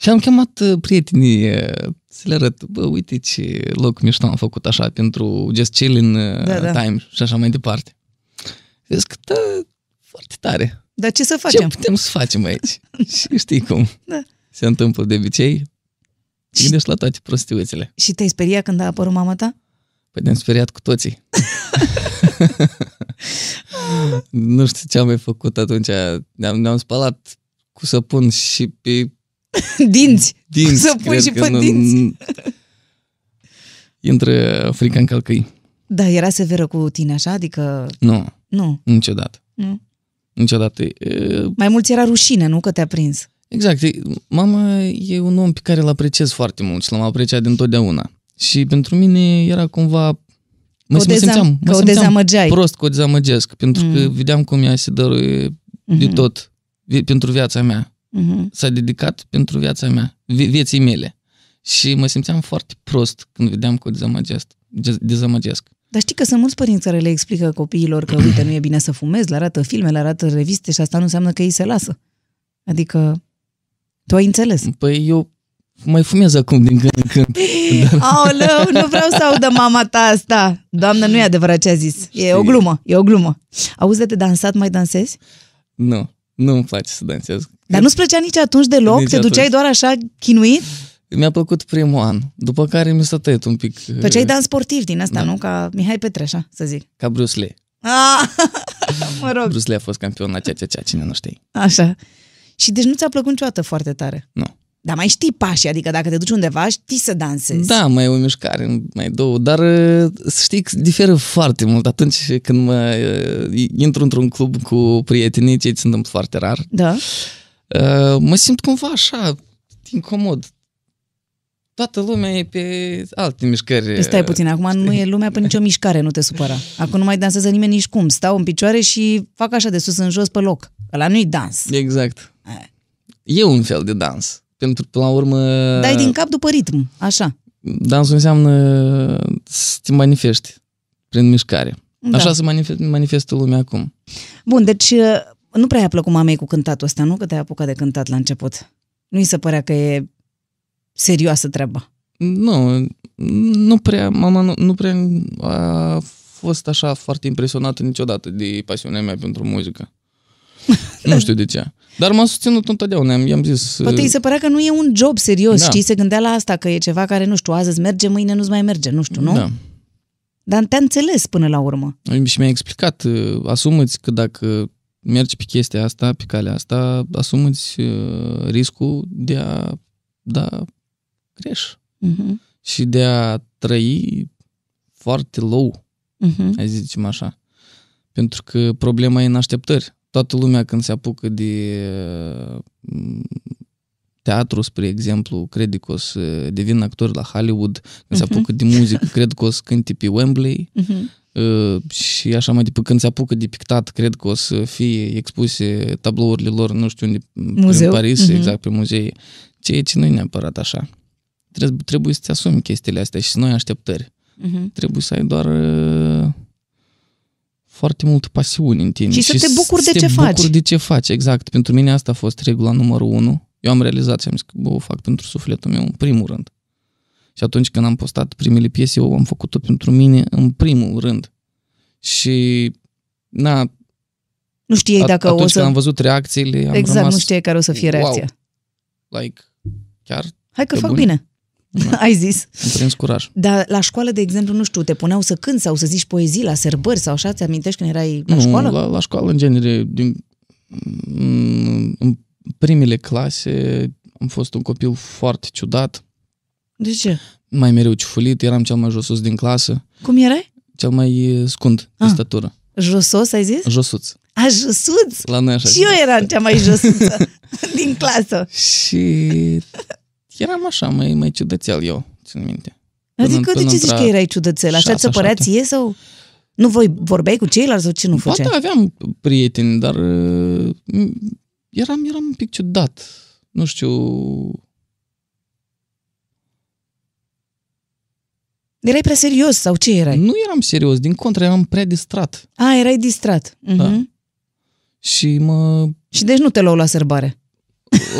Speaker 3: Și am chemat uh, prietenii uh, să le arăt, bă, uite ce loc mișto am făcut așa pentru Just Chill in uh,
Speaker 2: Da,
Speaker 3: da,
Speaker 2: da.
Speaker 3: da. Time și așa mai departe. Zic, da, foarte tare.
Speaker 2: Dar ce să
Speaker 3: Ce
Speaker 2: facem?
Speaker 3: putem să facem aici? și știi cum. Da. Se întâmplă de obicei.
Speaker 2: Și-
Speaker 3: Gândești la toate prostiuțele.
Speaker 2: Și te-ai speriat când a apărut mama ta?
Speaker 3: Păi ne-am speriat cu toții. nu știu ce am mai făcut atunci. Ne-am, ne-am spălat cu săpun și pe
Speaker 2: Dinți!
Speaker 3: dinți.
Speaker 2: Să pui
Speaker 3: cred
Speaker 2: și
Speaker 3: că
Speaker 2: pe
Speaker 3: nu-
Speaker 2: dinți.
Speaker 3: Intră frica în călcâi.
Speaker 2: Da, era severă cu tine așa, adică...
Speaker 3: Nu,
Speaker 2: Nu.
Speaker 3: niciodată.
Speaker 2: Nu.
Speaker 3: niciodată. E,
Speaker 2: Mai mulți era rușine, nu? Că te-a prins.
Speaker 3: Exact. e- Mama e un om pe care îl apreciez foarte mult și l-am apreciat dintotdeauna. Și pentru mine era cumva... Mă,
Speaker 2: Că o
Speaker 3: mă
Speaker 2: dezam-
Speaker 3: simțeam,
Speaker 2: că
Speaker 3: mă
Speaker 2: o
Speaker 3: simțeam
Speaker 2: dezamăgeai.
Speaker 3: prost că o dezamăgesc, pentru mm. că vedeam cum ea se dăruie mm-hmm. de tot vi- pentru viața mea.
Speaker 2: Mhm.
Speaker 3: S-a dedicat pentru viața mea, vi- vieții mele. Și mă simțeam foarte prost când vedeam că o dezamăgesc. dez- dezamăgesc.
Speaker 2: Dar știi că sunt mulți părinți care le explică copiilor că, uite, nu e bine să fumezi, le arată filme, le arată reviste și asta nu înseamnă că ei se lasă. Adică, tu ai înțeles.
Speaker 3: Păi eu mai fumez acum din când în când.
Speaker 2: Aoleu, nu vreau să audă mama ta asta. Doamnă, nu e adevărat ce a zis. E o glumă, e o glumă. Auzi de te dansat, mai dansezi?
Speaker 3: Nu, nu îmi place să dansez.
Speaker 2: Dar nu-ți plăcea nici atunci deloc?
Speaker 3: Nici
Speaker 2: te duceai
Speaker 3: atunci.
Speaker 2: doar așa chinuit?
Speaker 3: Mi-a plăcut primul an, după care mi s-a tăiat un pic eh,
Speaker 2: Făceai dans sportiv din
Speaker 3: Da.
Speaker 2: asta, nu? Ca Mihai Petre, așa, să zic.
Speaker 3: ca Bruce Lee.
Speaker 2: Ah, mă rog,
Speaker 3: Bruce Lee a fost campion la ceea ce cea, cine nu știe.
Speaker 2: așa. Și deci nu ți-a plăcut niciodată foarte tare.
Speaker 3: Nu.
Speaker 2: Dar mai știi pașii, adică dacă te duci undeva, știi să dansezi.
Speaker 3: Da, mai e o mișcare, mai două, dar eh, să știi că diferă foarte mult atunci când mă eh, intru într-un club cu prietenii, ceea ce se întâmplă foarte rar.
Speaker 2: Da?
Speaker 3: Uh, mă simt cumva așa, incomod. Toată lumea e pe alte mișcări. uh,
Speaker 2: Păi stai puțin, acum nu e lumea pe nicio mișcare, nu te supăra. Acum nu mai dansează nimeni nici cum. Stau în picioare și fac așa de sus în jos pe loc. Ăla nu-i dans.
Speaker 3: Exact. E un fel de dans. Pentru că, până la urmă,
Speaker 2: Dai
Speaker 3: uh,
Speaker 2: din cap după ritm, așa.
Speaker 3: dansul înseamnă să te manifesti prin mișcare.
Speaker 2: Da.
Speaker 3: Da. Așa se manifest, manifestă lumea acum.
Speaker 2: Bun, deci nu prea i-a plăcut mamei cu cântatul ăsta, nu? Că te-ai apucat de cântat la început. Nu-i se părea că e serioasă treaba.
Speaker 3: Nu, nu prea, mama nu, nu prea a fost așa foarte impresionată niciodată de pasiunea mea pentru muzică. nu știu de ce. Dar m-a susținut întotdeauna, i-am- i-am zis... uh,
Speaker 2: Poate îi se părea că nu e un job serios, da.
Speaker 3: Da.
Speaker 2: știi? Se gândea la asta, că e ceva care, nu știu, azi îți merge, mâine nu-ți mai merge, nu știu, nu?
Speaker 3: Da.
Speaker 2: Dar te-a înțeles până la urmă.
Speaker 3: Și mi-a explicat, uh, asumă-ți că dacă mergi pe chestia asta, pe calea asta, asumă-ți uh, riscul de a da greș
Speaker 2: Uh-huh.
Speaker 3: și de a trăi foarte low,
Speaker 2: Uh-huh.
Speaker 3: hai să zicem așa. Pentru că problema e în așteptări. Toată lumea când se apucă de uh, m, teatru, spre exemplu, crede că o să devină actor la Hollywood, când se apucă de muzică, cred că o să cânte pe Wembley,
Speaker 2: Uh-huh.
Speaker 3: Uh, și așa mai departe. Când se apucă de pictat, cred că o să fie expuse tablourile lor, nu știu unde,
Speaker 2: Muzeu.
Speaker 3: prin Paris,
Speaker 2: Mhm.
Speaker 3: mm-hmm. exact, prin muzee. Ceea ce nu e neapărat așa. Trebuie, trebuie să-ți asumi chestiile astea și să nu ai așteptări.
Speaker 2: Uh-huh.
Speaker 3: Trebuie să ai doar uh, foarte mult pasiune în tine.
Speaker 2: Și să te bucuri de ce
Speaker 3: să te
Speaker 2: faci.
Speaker 3: bucuri de ce faci, exact. Pentru mine asta a fost regula numărul unu. Eu am realizat și am zis că bă, o fac pentru sufletul meu în primul rând. Și atunci când am postat primele piese, eu am făcut-o pentru mine în primul rând. Și na,
Speaker 2: Nu știai
Speaker 3: at-
Speaker 2: dacă
Speaker 3: atunci
Speaker 2: o să...
Speaker 3: când am văzut reacțiile, am
Speaker 2: exact,
Speaker 3: rămas
Speaker 2: nu știai care o să fie
Speaker 3: Wow.
Speaker 2: reacția.
Speaker 3: like, chiar
Speaker 2: Hai că
Speaker 3: Pe
Speaker 2: fac
Speaker 3: bune. Da.
Speaker 2: bine. Ai zis.
Speaker 3: am prins curaj.
Speaker 2: Dar la școală, de exemplu, nu știu, te puneau să cânti sau să zici poezii la sărbări sau așa, ți-amintești când erai la
Speaker 3: nu,
Speaker 2: școală?
Speaker 3: La, la școală, în genere, din, în- în primele clase am fost un copil foarte ciudat,
Speaker 2: De ce?
Speaker 3: mai mereu ciufulit, eram cel mai josus din clasă,
Speaker 2: Cum erai?
Speaker 3: cel mai eh, scund de
Speaker 2: Ah.
Speaker 3: statură,
Speaker 2: Josos, ai zis?
Speaker 3: josuț.
Speaker 2: A, josuț?
Speaker 3: La noi așa.
Speaker 2: Și eu eram cea mai josuță din clasă.
Speaker 3: Și eram așa, mai, mai ciudățel eu, țin minte. Până-
Speaker 2: Adică de
Speaker 3: până
Speaker 2: ce zici
Speaker 3: într-a-
Speaker 2: că erai ciudățel? Așa ți se
Speaker 3: șasea,
Speaker 2: părea
Speaker 3: șaptea.
Speaker 2: ție sau... Nu voi vorbeai cu ceilalți sau ce nu făceai?
Speaker 3: Poate aveam prieteni, dar uh, m- eram, eram un pic ciudat. Nu știu...
Speaker 2: Erai prea serios sau ce erai?
Speaker 3: Nu eram serios, din contră, eram prea distrat.
Speaker 2: A, erai distrat. Mhm.
Speaker 3: Da. Și mă...
Speaker 2: Și deci nu te luau la sărbare.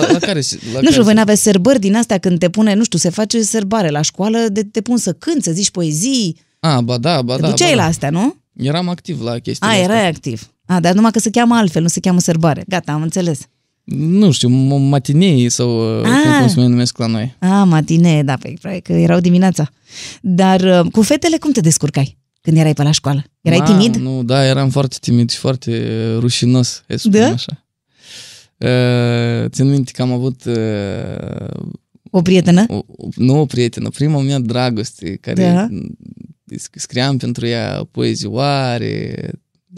Speaker 3: La, la care... se- La
Speaker 2: Nu
Speaker 3: care
Speaker 2: știu,
Speaker 3: se-
Speaker 2: voi n-aveți sărbări din astea când te pune, nu știu, se face sărbare la școală, de, te pun să cânti, să zici poezii,
Speaker 3: A, ba da, ba
Speaker 2: te
Speaker 3: da.
Speaker 2: duceai
Speaker 3: ba, da.
Speaker 2: la Ah, astea, nu?
Speaker 3: Eram activ la chestia
Speaker 2: A, erai activ. A, dar numai că se cheamă altfel, nu se cheamă sărbare. Gata, am înțeles.
Speaker 3: Nu știu, m- matinei sau uh, cum,
Speaker 2: Ah.
Speaker 3: cum se mai numesc la noi.
Speaker 2: A, matine, da, pe probabil că erau dimineața. Dar uh, cu fetele cum te descurcai când erai pe la școală? Erai
Speaker 3: Ma,
Speaker 2: timid?
Speaker 3: Nu, da, eram foarte timid și foarte uh, rușinos, să spun
Speaker 2: Da?
Speaker 3: așa. Uh, țin minte că am avut uh,
Speaker 2: O prietenă?
Speaker 3: o, o, nu o prietenă, prima mea dragoste, care
Speaker 2: Da.
Speaker 3: da. scriam pentru ea poezioare.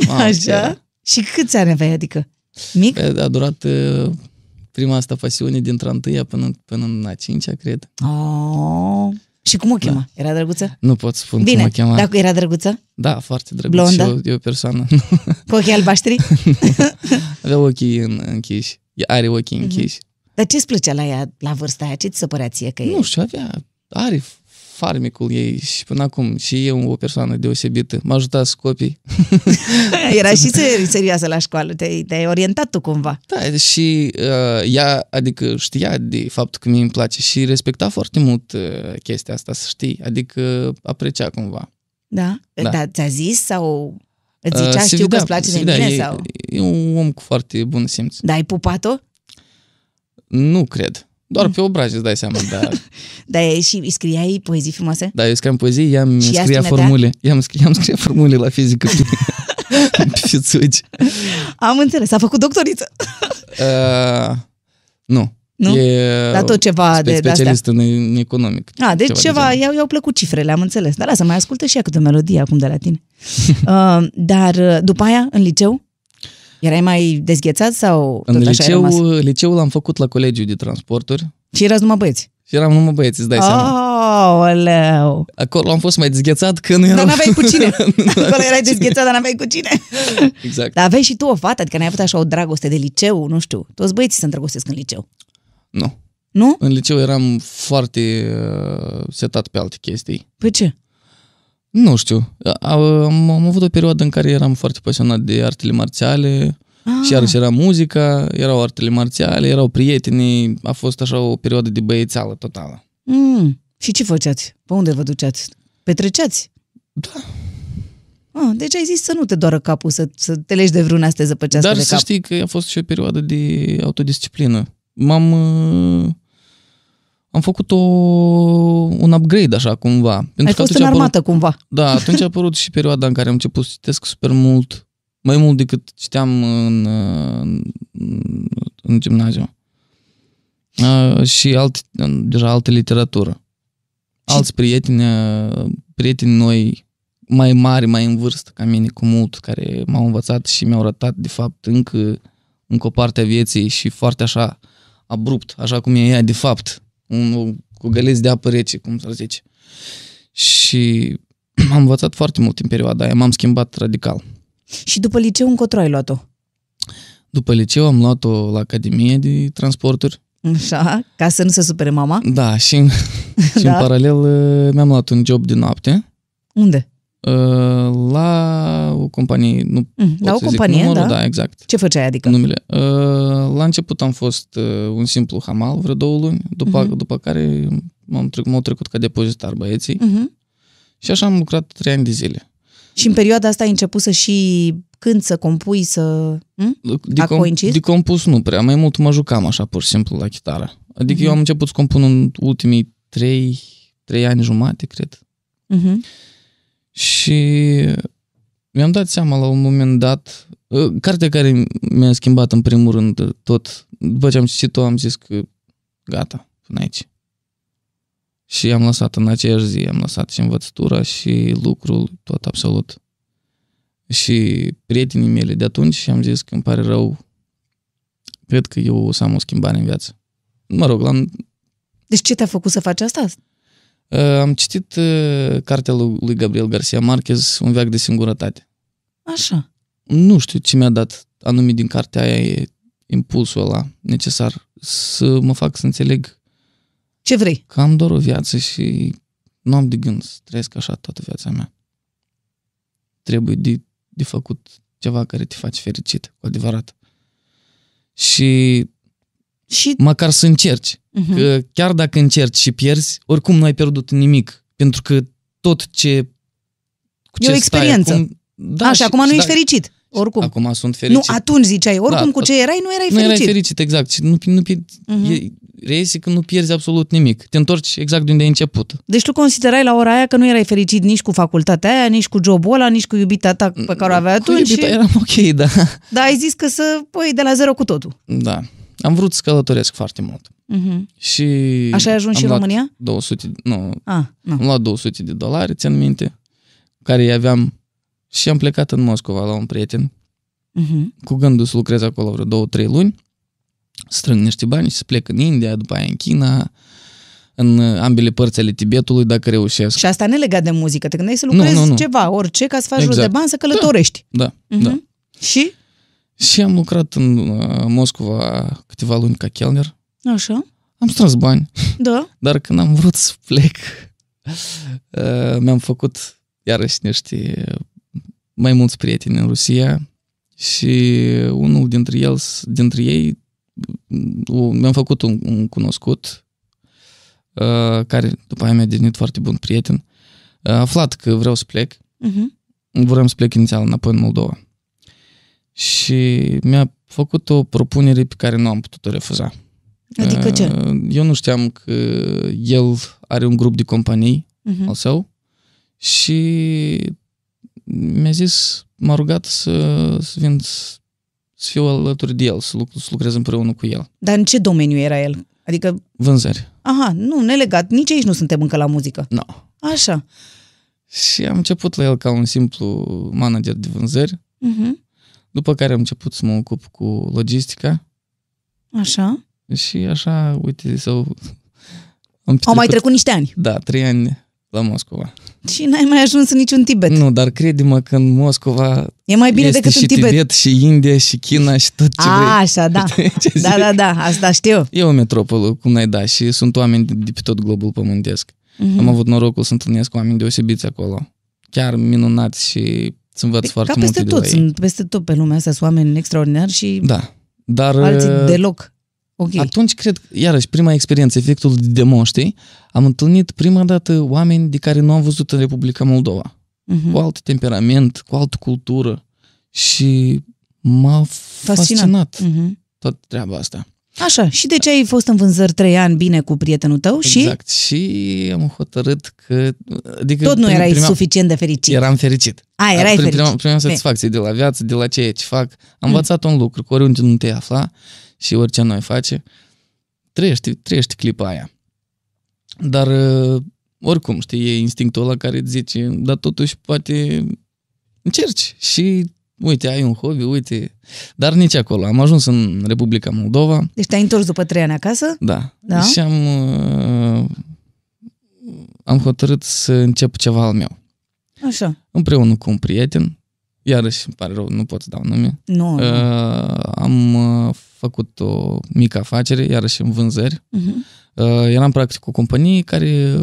Speaker 3: Mamă,
Speaker 2: Așa?
Speaker 3: ce era.
Speaker 2: Și câți ani aveai, adică? Mic?
Speaker 3: A durat uh, prima asta pasiune din trantâia până, până în a cincea, cred.
Speaker 2: Oh. Și cum o chema? Era drăguță?
Speaker 3: Nu pot spun
Speaker 2: Bine,
Speaker 3: Da. cum o chema.
Speaker 2: dacă era drăguță,
Speaker 3: Da, foarte drăguț.
Speaker 2: Blondă?
Speaker 3: Și E, o, e o persoană.
Speaker 2: cu ochii albaștri,
Speaker 3: Avea ochii în, închiși. E- Are ochii
Speaker 2: Mhm.
Speaker 3: închiși.
Speaker 2: dar ce-ți plăcea la ea, la vârsta aia? Ce-ți se părea ție că e?
Speaker 3: Nu știu, avea, are farmecul ei și până acum și e o persoană deosebită. M-a ajutat să copii.
Speaker 2: Era și seri- serioasă la școală, te-ai, te-ai orientat tu cumva.
Speaker 3: Da, și uh, ea, adică știa de faptul că mie îmi place și respecta foarte mult uh, chestia asta, să știi. Adică aprecia cumva.
Speaker 2: Da?
Speaker 3: Da.
Speaker 2: Dar ți-a zis sau îți zicea
Speaker 3: Uh, se
Speaker 2: știu că
Speaker 3: vedea-
Speaker 2: îți place
Speaker 3: se
Speaker 2: de
Speaker 3: vedea,
Speaker 2: mine?
Speaker 3: e,
Speaker 2: sau...
Speaker 3: E un om cu foarte bun simț.
Speaker 2: Dar ai pupat-o?
Speaker 3: Nu cred. Doar
Speaker 2: Mhm.
Speaker 3: pe obraje îți dai seama, dar
Speaker 2: Dar e- și îi scriai poezii frumoase?
Speaker 3: Da, eu scriam poezie, ea îmi
Speaker 2: Și ea
Speaker 3: scria
Speaker 2: spunea, da?
Speaker 3: formule. Ea îmi scria, scria formule la fizică pe, pe fițuci.
Speaker 2: Am înțeles, a făcut doctoriță.
Speaker 3: Uh, nu.
Speaker 2: Nu?
Speaker 3: E
Speaker 2: Dar tot ceva
Speaker 3: spe-
Speaker 2: de- de
Speaker 3: Uh, specialist în, în economic.
Speaker 2: A, deci
Speaker 3: de
Speaker 2: ceva,
Speaker 3: genul.
Speaker 2: i-au, i-au plăcut cifrele, am înțeles. Dar lasă, mai ascultă și ea câte o melodie acum de la tine. uh, dar uh, după aia, în liceu, erai mai dezghețat sau
Speaker 3: În
Speaker 2: tot așa ai rămas?
Speaker 3: liceu, liceul l-am făcut la colegiu de transporturi
Speaker 2: Și erați numai băieți.
Speaker 3: și eram numai băieți, îți dai
Speaker 2: Ah.
Speaker 3: seama.
Speaker 2: Aoleu!
Speaker 3: Acolo am fost mai dezghețat că nu eram...
Speaker 2: Dar n-aveai cu cine.
Speaker 3: Nu aveam
Speaker 2: Acolo erai
Speaker 3: cu cine.
Speaker 2: dezghețat, dar n-aveai cu cine.
Speaker 3: Exact.
Speaker 2: Dar aveai și tu o fată, adică n-ai avut așa o dragoste de liceu, nu știu. Toți băieții se îndrăgostesc în liceu.
Speaker 3: Nu.
Speaker 2: Nu?
Speaker 3: În liceu eram foarte uh, setat pe alte chestii.
Speaker 2: Păi ce?
Speaker 3: Nu știu. A- Am, am avut o perioadă în care eram foarte pasionat de artele marțiale ah. și iarăși era muzica, erau artele marțiale, erau prietenii, a fost așa o perioadă de băiețeală totală.
Speaker 2: Mm. Și ce făceați? Pe unde vă duceați? Petreceați? Da. Ah, deci ai zis să nu te doară capul, să, să te legi de vreuna să te zăpăcească
Speaker 3: Dar
Speaker 2: de
Speaker 3: să
Speaker 2: cap.
Speaker 3: știi că a fost și o perioadă de autodisciplină. M-am... uh, Am făcut o, un upgrade așa cumva. Pentru
Speaker 2: ai fost
Speaker 3: atunci
Speaker 2: în
Speaker 3: a apărut-
Speaker 2: armată cumva.
Speaker 3: Da, atunci a apărut și perioada în care am început să citesc super mult, mai mult decât citeam în, uh, în, în gimnaziu. Uh, și alt, deja altă literatură. Alți prieteni, uh, prieteni noi, mai mari, mai în vârstă ca mine, cu mult, care m-au învățat și mi-au arătat, de fapt, încă, încă o parte a vieții și foarte așa abrupt, așa cum e ea, de fapt, un, o, cu găleți de apă rece, cum să zice. Și am învățat foarte mult în perioada aia, m-am schimbat radical.
Speaker 2: Și după liceu încotro ai luat-o.
Speaker 3: După liceu am luat-o la Academie de Transporturi.
Speaker 2: Așa, ca să nu se supere mama.
Speaker 3: Da, și, în- și
Speaker 2: Da.
Speaker 3: în paralel uh, mi-am luat un job de noapte
Speaker 2: Unde?
Speaker 3: uh, la o companie, nu
Speaker 2: Mm,
Speaker 3: pot
Speaker 2: la o
Speaker 3: să zic
Speaker 2: companie,
Speaker 3: numărul,
Speaker 2: da.
Speaker 3: da, exact.
Speaker 2: Ce făceai adică?
Speaker 3: Numele. Uh, La început am fost uh, un simplu hamal vreo două luni, după,
Speaker 2: Mhm.
Speaker 3: după care m-am trec, m-au trecut ca depozitar băieții
Speaker 2: Mhm.
Speaker 3: și așa am lucrat trei ani de zile.
Speaker 2: Și în perioada asta ai început să și când să compui, să... Hm?
Speaker 3: De,
Speaker 2: A coincis?
Speaker 3: de compus nu prea, mai mult mă jucam așa pur și simplu la chitară. Adică eu am început să compun în ultimii trei, trei ani jumate, cred.
Speaker 2: Mhm.
Speaker 3: Și mi-am dat seama la un moment dat, uh, cartea care mi-a schimbat în primul rând uh, tot, după ce am citit-o am zis că gata, până aici. Și am lăsat în aceeași zi, am lăsat și învățătura și lucrul, tot absolut. Și prietenii mele de atunci și am zis că îmi pare rău, cred că eu o să am o schimbare în viață. Mă rog, l-am,
Speaker 2: Deci ce te-a făcut să faci asta?
Speaker 3: Uh, Am citit uh, cartea lui lui Gabriel Garcia Marquez, Un veac de singurătate.
Speaker 2: Așa.
Speaker 3: Nu știu ce mi-a dat anume din cartea aia e impulsul ăla necesar să mă fac să înțeleg
Speaker 2: Ce vrei?
Speaker 3: că am doar o viață și nu am de gând să trăiesc așa toată viața mea. Trebuie de, de făcut ceva care te face fericit, cu adevărat. Și
Speaker 2: Și...
Speaker 3: măcar să încerci.
Speaker 2: Mhm.
Speaker 3: Că chiar dacă încerci și pierzi, oricum nu ai pierdut nimic. Pentru că tot ce... Cu
Speaker 2: E o experiență.
Speaker 3: Stai, acum, da,
Speaker 2: Așa, acum nu
Speaker 3: da,
Speaker 2: ești fericit. Oricum.
Speaker 3: Acum sunt fericit.
Speaker 2: Nu, atunci ziceai, oricum
Speaker 3: Da,
Speaker 2: cu ce erai, nu erai
Speaker 3: nu
Speaker 2: fericit.
Speaker 3: erai fericit, exact. Și nu, nu,
Speaker 2: Mhm.
Speaker 3: uh-huh. e, reiese că nu pierzi absolut nimic. Te întorci exact de unde ai început.
Speaker 2: Deci tu considerai la ora aia că nu erai fericit nici cu facultatea aia, nici cu jobul ăla, nici cu iubita ta pe care o avea
Speaker 3: Cu
Speaker 2: Păi atunci.
Speaker 3: iubita
Speaker 2: și-
Speaker 3: eram ok, da.
Speaker 2: Dar ai zis că să, păi, de la zero cu totul.
Speaker 3: Da. Am vrut să călătoresc foarte mult.
Speaker 2: Mhm.
Speaker 3: Și
Speaker 2: Așa ai ajuns
Speaker 3: am Mm.
Speaker 2: și în
Speaker 3: luat
Speaker 2: România?
Speaker 3: 200, nu,
Speaker 2: A, nu.
Speaker 3: Am luat 200 de dolari, țin minte, care i aveam și am plecat în Moscova la un prieten
Speaker 2: Mhm.
Speaker 3: cu gândul să lucrez acolo vreo două, trei luni, strâng niște bani și să plec în India, după aia în China, în uh, ambele părți ale Tibetului, dacă reușesc.
Speaker 2: Și asta legat de muzică. Te gândeai să
Speaker 3: Nu,
Speaker 2: lucrezi
Speaker 3: nu, nu.
Speaker 2: ceva, orice, ca să faci exact.
Speaker 3: Exact.
Speaker 2: de bani, să călătorești.
Speaker 3: Da,
Speaker 2: Mhm.
Speaker 3: da.
Speaker 2: Și?
Speaker 3: Și am lucrat în uh, Moscova câteva luni ca chelner.
Speaker 2: Așa.
Speaker 3: Am strâns bani,
Speaker 2: Da.
Speaker 3: dar când am vrut să plec, uh, mi-am făcut iarăși niște mai mulți prieteni în Rusia și unul dintre, el, dintre ei um, mi-am făcut un, un cunoscut uh, care după aia mi-a devenit foarte bun prieten. A aflat că vreau să plec
Speaker 2: Mhm.
Speaker 3: vreau să plec inițial înapoi în Moldova. Și mi-a făcut o propunere pe care nu am putut-o refuza.
Speaker 2: Adică ce?
Speaker 3: Uh, Eu nu știam că el are un grup de companii
Speaker 2: Mhm.
Speaker 3: al său și mi-a zis, m-a rugat să, să vin să să fiu alături de el, să, lucr- să lucrez împreună cu el.
Speaker 2: Dar în ce domeniu era el? Adică,
Speaker 3: Vânzări.
Speaker 2: aha, nu, nelegat. Nici aici nu suntem încă la muzică.
Speaker 3: No.
Speaker 2: Așa.
Speaker 3: Și am început la el ca un simplu manager de vânzări,
Speaker 2: Mhm.
Speaker 3: după care am început să mă ocup cu logistica.
Speaker 2: Așa.
Speaker 3: Și așa, uite, s-au...
Speaker 2: Au mai
Speaker 3: petrecut-
Speaker 2: trecut niște ani.
Speaker 3: Da, trei ani la Moscova.
Speaker 2: Și n-ai mai ajuns în niciun Tibet.
Speaker 3: Nu, dar crede-mă că în Moscova
Speaker 2: E mai bine
Speaker 3: este
Speaker 2: decât
Speaker 3: și
Speaker 2: în Tibet.
Speaker 3: și India, și China, și tot ce
Speaker 2: A,
Speaker 3: vrei.
Speaker 2: așa, da.
Speaker 3: Ce
Speaker 2: Da,
Speaker 3: zic?
Speaker 2: da, da, asta știu.
Speaker 3: E o metropolă, cum n-ai da, și sunt oameni de, de pe tot globul pământesc.
Speaker 2: Mhm.
Speaker 3: Am avut norocul să întâlnesc oameni deosebiți acolo. Chiar minunați și să învăț foarte
Speaker 2: Păi, Ca peste
Speaker 3: multe
Speaker 2: tot,
Speaker 3: de la ei.
Speaker 2: sunt peste tot pe lumea asta, sunt oameni extraordinari și
Speaker 3: Da, dar...
Speaker 2: alții
Speaker 3: uh,
Speaker 2: deloc. Ok.
Speaker 3: Atunci, cred, iarăși, prima experiență, efectul de demo, știi? Am întâlnit prima dată oameni de care nu am văzut în Republica Moldova.
Speaker 2: Mhm.
Speaker 3: Cu alt temperament, cu altă cultură. Și m-a
Speaker 2: Fascinat.
Speaker 3: fascinat, fascinat
Speaker 2: Mhm.
Speaker 3: toată treaba asta.
Speaker 2: Așa, și de ce ai fost în vânzări trei ani bine cu prietenul tău și
Speaker 3: Exact. Și am hotărât că... Adică
Speaker 2: tot nu
Speaker 3: prim-
Speaker 2: erai
Speaker 3: prima-
Speaker 2: suficient de fericit?
Speaker 3: Eram fericit.
Speaker 2: A, erai
Speaker 3: Prim-
Speaker 2: fericit.
Speaker 3: Prima, prima
Speaker 2: Bine. Mm.
Speaker 3: satisfacție de la viață, de la ceea ce fac. Am învățat un lucru, că oriunde nu te afla și orice noi face, trăiești, trăiești clipa aia. Dar uh, oricum, știi, e instinctul ăla care îți zice, dar totuși poate încerci și uite, ai un hobby, uite. Dar nici acolo. Am ajuns în Republica Moldova,
Speaker 2: Deci te-ai întors după trei ani acasă?
Speaker 3: da.
Speaker 2: Da?
Speaker 3: Și am, uh, am hotărât să încep ceva al meu
Speaker 2: Așa.
Speaker 3: împreună cu un prieten, iarăși îmi pare rău, nu pot să dau nume,
Speaker 2: Nu. nu.
Speaker 3: uh, am uh, făcut o mică afacere, iarăși în vânzări.
Speaker 2: Mhm.
Speaker 3: Uh, eram practic o companie care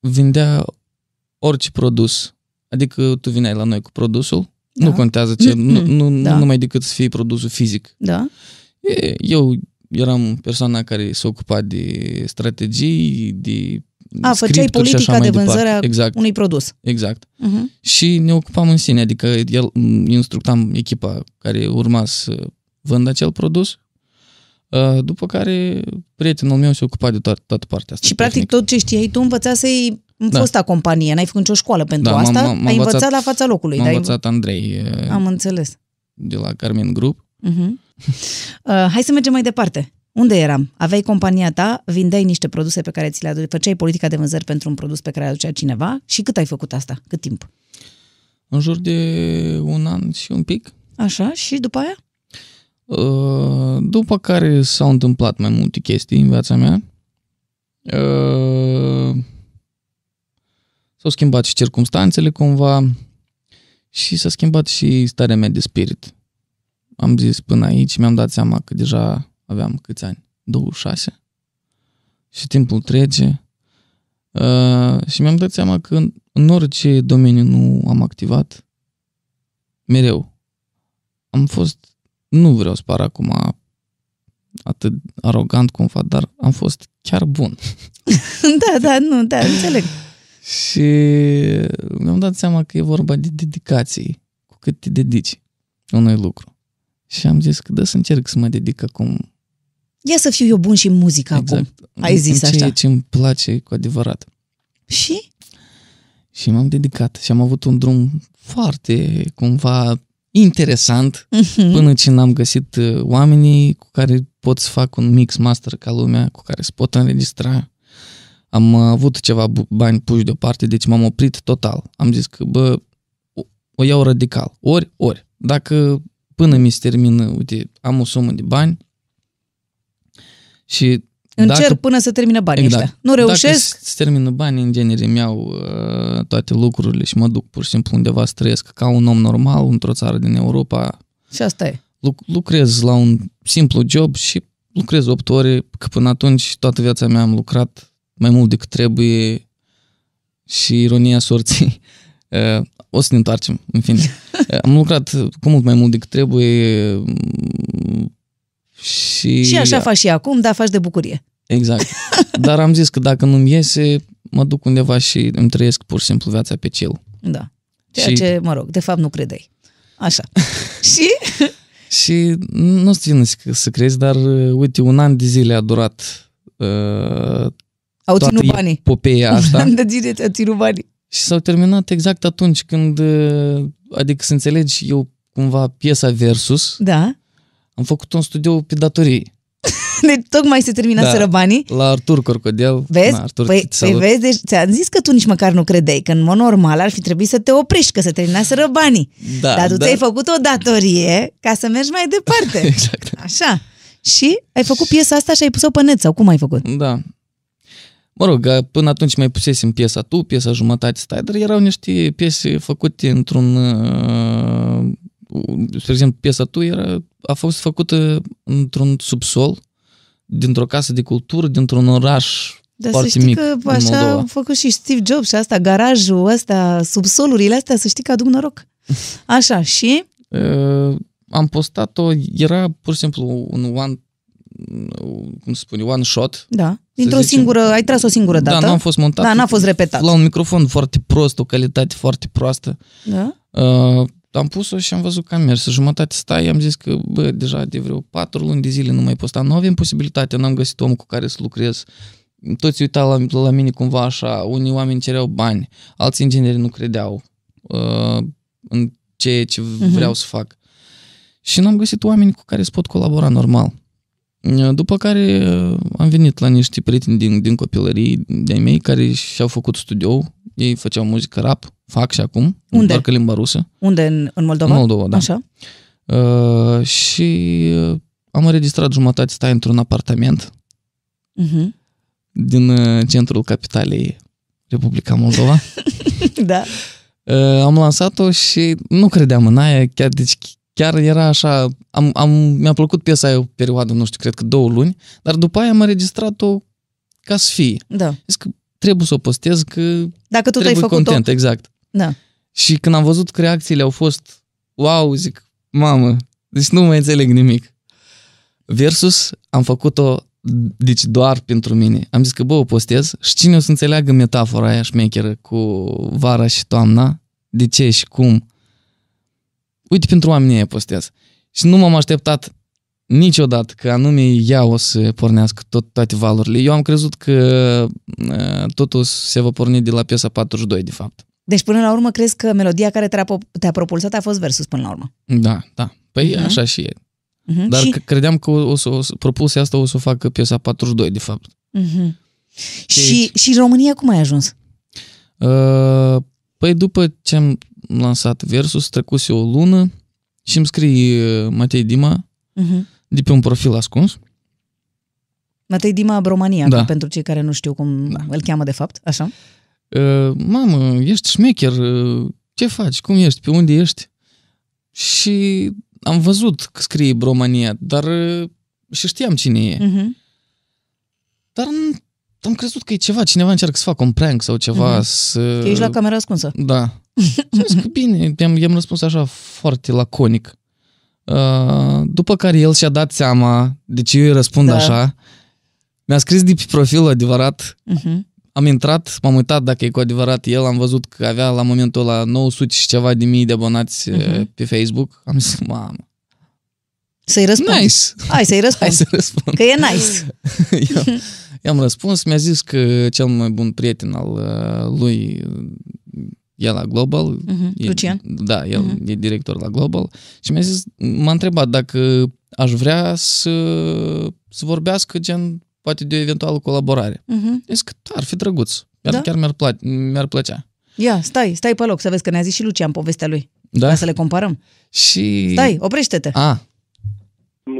Speaker 3: vindea orice produs. Adică tu vineai la noi cu produsul,
Speaker 2: Da.
Speaker 3: nu contează ce, nu, nu,
Speaker 2: Da.
Speaker 3: nu numai decât să fie produsul fizic.
Speaker 2: Da?
Speaker 3: E, Eu eram persoana care se ocupa de strategii, de
Speaker 2: A, făceai
Speaker 3: scripturi și
Speaker 2: politica
Speaker 3: așa
Speaker 2: de
Speaker 3: mai departe.
Speaker 2: vânzare a
Speaker 3: Exact,
Speaker 2: unui produs.
Speaker 3: exact
Speaker 2: Mhm.
Speaker 3: și ne ocupam în sine, adică el, m, instructam echipa care urma să vândă acel produs, uh, după care prietenul meu se ocupa de toată, toată partea asta.
Speaker 2: Și practic
Speaker 3: tehnică.
Speaker 2: tot ce știai tu învățasei în
Speaker 3: Da.
Speaker 2: fosta companie, n-ai făcut nicio școală pentru
Speaker 3: Da, m-am-
Speaker 2: asta,
Speaker 3: m-am- m-am
Speaker 2: ai învățat
Speaker 3: învățat-
Speaker 2: la fața locului.
Speaker 3: M-a
Speaker 2: dar ai-
Speaker 3: învățat Andrei uh,
Speaker 2: Am înțeles.
Speaker 3: de la Carmen Group.
Speaker 2: Mhm. Uh, hai să mergem mai departe. Unde eram? Aveai compania ta, vindeai niște produse pe care ți le aduceai, făceai politica de vânzări pentru un produs pe care îl aducea cineva și cât ai făcut asta? Cât timp?
Speaker 3: În jur de un an și un pic.
Speaker 2: Așa, și după aia?
Speaker 3: Uh, După care s-au întâmplat mai multe chestii în viața mea. Uh, S-au schimbat și circumstanțele cumva și s-a schimbat și starea mea de spirit. Am zis până aici, mi-am dat seama că deja aveam câți ani? 26? Și timpul trece. Uh, și mi-am dat seama că în, în orice domeniu nu am activat, mereu am fost nu vreau să par acum atât arogant cum fac, dar am fost chiar bun.
Speaker 2: da, da, nu, da, înțeleg.
Speaker 3: Și mi-am dat seama că e vorba de dedicații, cu cât te dedici unui lucru. Și am zis că da să încerc să mă dedic acum.
Speaker 2: Ia să fiu eu bun și în muzică acum. Ai
Speaker 3: în-
Speaker 2: zis
Speaker 3: în
Speaker 2: așa.
Speaker 3: Ceea ce îmi place cu adevărat.
Speaker 2: Și?
Speaker 3: Și m-am dedicat și am avut un drum foarte, cumva, interesant până ce n-am găsit uh, oamenii cu care pot să fac un mix master ca lumea, cu care se pot înregistra. Am uh, avut ceva bu- bani puși deoparte, deci m-am oprit total. Am zis că, bă, o- o iau radical. Ori, ori. Dacă până mi se termină, uite, am o sumă de bani și
Speaker 2: Încerc până să termină banii exact. ăștia. Nu reușesc,
Speaker 3: Dacă se termină banii, în genere, îmi iau uh, toate lucrurile și mă duc pur și simplu undeva să trăiesc ca un om normal într-o țară din Europa.
Speaker 2: și asta e.
Speaker 3: Luc- lucrez la un simplu job și lucrez 8 ore, că până atunci toată viața mea am lucrat mai mult decât trebuie și ironia sorții. uh, O să ne întoarcem, în fine. Uh, Am lucrat cu mult mai mult decât trebuie mm, și...
Speaker 2: Și așa faci și acum, dar faci de bucurie.
Speaker 3: Exact. Dar am zis că dacă nu-mi iese, mă duc undeva și îmi trăiesc pur și simplu viața pe cel.
Speaker 2: Da. Ceea
Speaker 3: Și-
Speaker 2: ce, mă rog, de fapt nu credeai. Așa. și
Speaker 3: Și nu o să vină să- să crezi, dar uh, uite, un an de zile a durat uh,
Speaker 2: au
Speaker 3: toată
Speaker 2: ținut banii.
Speaker 3: epopeea asta
Speaker 2: Am de zile ți-au ținut banii.
Speaker 3: și s-au terminat exact atunci când, uh, adică să înțelegi, eu cumva piesa Versus,
Speaker 2: Da.
Speaker 3: am făcut un studio pe datorii
Speaker 2: Deci tocmai se terminaseră
Speaker 3: Da.
Speaker 2: banii.
Speaker 3: la Artur Corcodel.
Speaker 2: Vezi?
Speaker 3: Na, Artur,
Speaker 2: păi,
Speaker 3: te
Speaker 2: păi
Speaker 3: salut.
Speaker 2: vezi, deci ți-am zis că tu nici măcar nu credeai, că în mod normal ar fi trebuit să te oprești, că se terminaseră banii.
Speaker 3: Da,
Speaker 2: Dar tu
Speaker 3: da.
Speaker 2: ți-ai făcut o datorie ca să mergi mai departe.
Speaker 3: Exact.
Speaker 2: Așa. Și ai făcut piesa asta și ai pus-o pe net sau cum ai făcut?
Speaker 3: Da. Mă rog, a- până atunci mai pusesem piesa tu, piesa jumătate stai, dar erau niște piese făcute într-un... uh, un- Spre exemplu, piesa tu era, a fost făcută într-un subsol, dintr-o casă de cultură, dintr-un oraș
Speaker 2: Dar
Speaker 3: foarte
Speaker 2: să știi
Speaker 3: mic
Speaker 2: că
Speaker 3: în
Speaker 2: așa
Speaker 3: Moldova.
Speaker 2: au făcut și Steve Jobs și asta, garajul ăsta, subsolurile astea, să știi că aduc noroc. Așa, și
Speaker 3: Uh, am postat-o, era pur și simplu un one, cum se spune, one shot,
Speaker 2: da, dintr-o
Speaker 3: zicem-
Speaker 2: singură, ai tras o singură
Speaker 3: Da,
Speaker 2: dată.
Speaker 3: n-am fost montat.
Speaker 2: Da, n-a fost repetat.
Speaker 3: la un microfon foarte prost, o calitate foarte proastă.
Speaker 2: Da?
Speaker 3: Uh, am pus-o și am văzut că am mers. Jumătate stai, am zis că, bă, deja de vreo patru luni de zile nu mai posta. Nu avem posibilitate, n-am găsit omul cu care să lucrez. Toți uitau la, la mine cumva așa, unii oameni cereau bani, alții ingineri nu credeau uh, în ceea ce vreau să fac. Și n-am găsit oameni cu care să pot colabora normal. Uh, După care uh, am venit la niște prieteni din, din copilărie de-ai mei care și-au făcut studio, ei făceau muzică rap, fac și acum,
Speaker 2: Unde?
Speaker 3: doar că limba rusă.
Speaker 2: Unde? În, în Moldova?
Speaker 3: În Moldova, da.
Speaker 2: Așa.
Speaker 3: Uh, și uh, am înregistrat jumătate stai într-un apartament
Speaker 2: Uh-huh.
Speaker 3: din uh, centrul capitalei Republica Moldova.
Speaker 2: Da.
Speaker 3: Uh, am lansat-o și nu credeam în aia, chiar, deci chiar era așa, am, am, mi-a plăcut piesa aia o perioadă, nu știu, cred că două luni, dar după aia am înregistrat-o ca să fie.
Speaker 2: Da.
Speaker 3: Zic că trebuie să o postez, că
Speaker 2: Dacă tu ai
Speaker 3: trebuie
Speaker 2: făcut
Speaker 3: content, exact.
Speaker 2: Da.
Speaker 3: Și când am văzut că reacțiile au fost, wow, zic, mamă, deci nu mai înțeleg nimic. Versus, am făcut-o, deci doar pentru mine. Am zis că, bă, o postez și cine o să înțeleagă metafora aia șmecheră cu vara și toamna, de ce și cum. Uite, pentru oamenii aia postez. Și nu m-am așteptat niciodată că anume ea o să pornească tot, toate valurile. Eu am crezut că uh, totul se va porni de la piesa 42, de fapt.
Speaker 2: Deci până la urmă crezi că melodia care te-a, po- te-a propulsat a fost versus până la urmă.
Speaker 3: Da, da. Păi
Speaker 2: Mhm.
Speaker 3: uh-huh. așa și e.
Speaker 2: Uh-huh.
Speaker 3: Dar
Speaker 2: și,
Speaker 3: și... credeam că o, o, să, o să propuse asta, o să o facă piesa 42, de fapt.
Speaker 2: uh-huh. și,
Speaker 3: Deci-
Speaker 2: și în România cum ai ajuns?
Speaker 3: Uh, păi după ce am lansat Versus, trecuse o lună și îmi scrie uh, Matei Dima
Speaker 2: Uh-huh.
Speaker 3: de pe un profil ascuns.
Speaker 2: Matei Dima România,
Speaker 3: Da.
Speaker 2: da. pentru cei care nu știu cum da. îl cheamă de fapt, așa?
Speaker 3: Uh, mamă, ești șmecher, uh, ce faci, cum ești, pe unde ești? Și am văzut că scrie Bromania, dar uh, și știam cine e.
Speaker 2: Uh-huh.
Speaker 3: Dar n- am crezut că e ceva, cineva încearcă să facă un prank sau ceva,
Speaker 2: Mhm.
Speaker 3: să...
Speaker 2: Că ești la camera ascunsă.
Speaker 3: Da. Și am zis că bine, i-am, i-am răspuns așa foarte laconic. Uh, după care el și-a dat seama de ce eu îi răspund
Speaker 2: Da.
Speaker 3: da. așa. Mi-a scris de pe profil adevărat.
Speaker 2: Uh-huh.
Speaker 3: Am intrat, m-am uitat dacă e cu adevărat el. Am văzut că avea la momentul ăla 900 și ceva de mii de abonați uh-huh.
Speaker 2: Mhm.
Speaker 3: pe Facebook. Am zis, mamă,
Speaker 2: Să-i răspund.
Speaker 3: nice!
Speaker 2: Hai să-i
Speaker 3: Hai
Speaker 2: răspund.
Speaker 3: să răspund.
Speaker 2: Că e nice.
Speaker 3: Eu, i-am răspuns, mi-a zis că cel mai bun prieten al uh, lui uh, e la Global.
Speaker 2: Mhm,
Speaker 3: E,
Speaker 2: Lucian?
Speaker 3: Da, el
Speaker 2: Mhm.
Speaker 3: e director la Global. Și mi-a zis, m-a întrebat dacă aș vrea să, să vorbească gen poate de o eventuală colaborare.
Speaker 2: Uh-huh.
Speaker 3: Zis că da, ar fi drăguț. Chiar,
Speaker 2: Da?
Speaker 3: da? chiar mi-ar, pla- mi-ar plăcea.
Speaker 2: Ia, stai, stai pe loc să vezi că ne-a zis și Lucian povestea lui. Ca
Speaker 3: Da?
Speaker 2: să le comparăm.
Speaker 3: Și...
Speaker 2: Stai, oprește-te.
Speaker 3: A,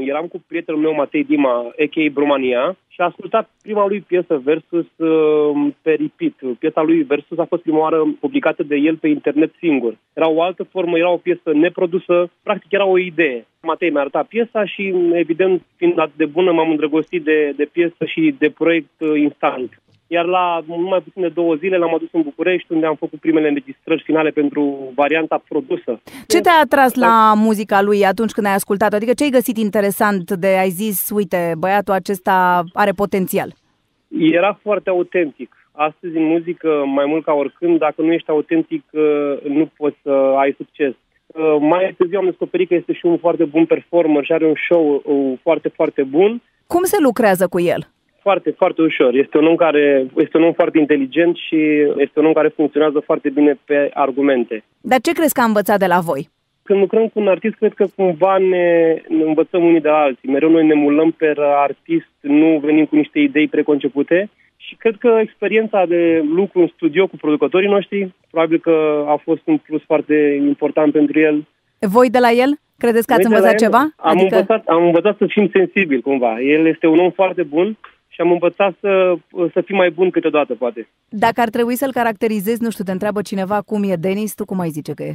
Speaker 9: Eram cu prietenul meu, Matei Dima, a.k.a. Brumania, și a ascultat prima lui piesă, Versus, uh, pe repeat. Piesa lui Versus a fost prima oară publicată de el pe internet singur. Era o altă formă, era o piesă neprodusă, practic era o idee. Matei mi-a arătat piesa și, evident, fiind atât de bună, m-am îndrăgostit de, de piesă și de proiect uh, instant. Iar la mult mai puțin de două zile l-am adus în București, unde am făcut primele înregistrări finale pentru varianta produsă.
Speaker 7: Ce te-a atras la muzica lui atunci când ai ascultat-o? Adică ce ai găsit interesant de ai zis, uite, băiatul acesta are potențial?
Speaker 9: Era foarte autentic. Astăzi, în muzică, mai mult ca oricând, dacă nu ești autentic, uh, nu poți să ai succes. Uh, Mai târziu am descoperit că este și un foarte bun performer și are un show uh, foarte, foarte bun.
Speaker 7: Cum se lucrează cu el?
Speaker 9: Foarte, foarte ușor. Este un om care este un om foarte inteligent și este un om care funcționează foarte bine pe argumente.
Speaker 7: Dar ce crezi că a învățat de la voi?
Speaker 9: Când lucrăm cu un artist, cred că cumva ne, ne învățăm unii de la alții. Mereu noi ne mulăm pe artist, nu venim cu niște idei preconcepute și cred că experiența de lucru în studio cu producătorii noștri, probabil că a fost un plus foarte important pentru el.
Speaker 7: Voi de la el? Credeți că ați
Speaker 9: Noi de la
Speaker 7: învățat
Speaker 9: el
Speaker 7: ceva? Adică
Speaker 9: Am, învățat, am învățat să fim sensibili cumva. El este un om foarte bun și am învățat să, să fim mai bun câteodată, poate.
Speaker 7: dacă ar trebui să-l caracterizezi, nu știu, te întreabă cineva cum e Denis, tu cum ai zice că e?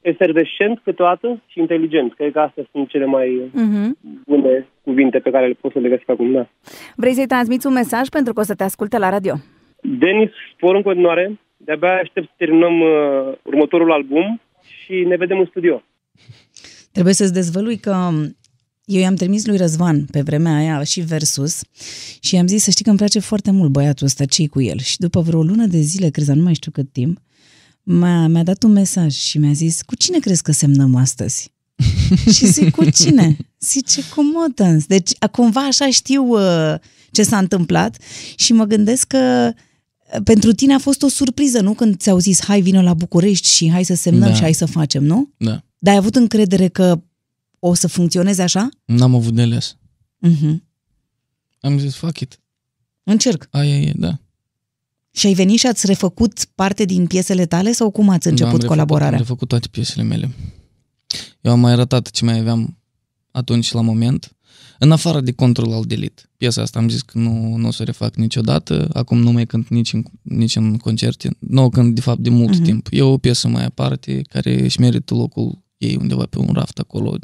Speaker 9: Efervescent câteodată și inteligent. Cred că astea sunt cele mai
Speaker 7: Mhm.
Speaker 9: bune cuvinte pe care le pot să le găsesc acum, da.
Speaker 7: Vrei să-i transmiți un mesaj pentru că o să te asculte la radio?
Speaker 9: Denis, spor în continuare. De-abia aștept să terminăm uh, următorul album și ne vedem în studio.
Speaker 2: Trebuie să-ți dezvălui că um, eu i-am trimis lui Răzvan pe vremea aia și Versus și i-am zis să știi că îmi place foarte mult băiatul ăsta, ce cu el? Și după vreo lună de zile, crezi, dar nu mai știu cât timp, m-a, mi-a dat un mesaj și mi-a zis, cu cine crezi că semnăm astăzi? și zic, cu cine? Zice, cu Motans. Deci, a- cumva așa știu uh, ce s-a întâmplat și mă gândesc că uh, pentru tine a fost o surpriză, nu? Când ți-au zis, hai, vină la București și hai să semnăm da.
Speaker 3: Da.
Speaker 2: și hai să facem, nu?
Speaker 3: da.
Speaker 2: Dar ai avut încredere că o să funcționeze așa?
Speaker 3: N-am avut de ales.
Speaker 2: Uh-huh.
Speaker 3: Am zis, fuck it.
Speaker 2: Încerc.
Speaker 3: Aia e, da.
Speaker 2: Și ai venit și ați refăcut parte din piesele tale sau cum ați
Speaker 3: Da, am
Speaker 2: început
Speaker 3: refăcut-
Speaker 2: colaborarea?
Speaker 3: Am refăcut toate piesele mele. Eu am mai arătat ce mai aveam atunci la moment. În afară de Control al Delete. Piesa asta am zis că nu, nu o să o refac niciodată. Acum nu mai cânt nici în, nici în concerte. Nu o cânt, de fapt, de mult
Speaker 2: Mhm.
Speaker 3: uh-huh. timp. E o piesă mai aparte care își merită locul ei undeva pe un raft acolo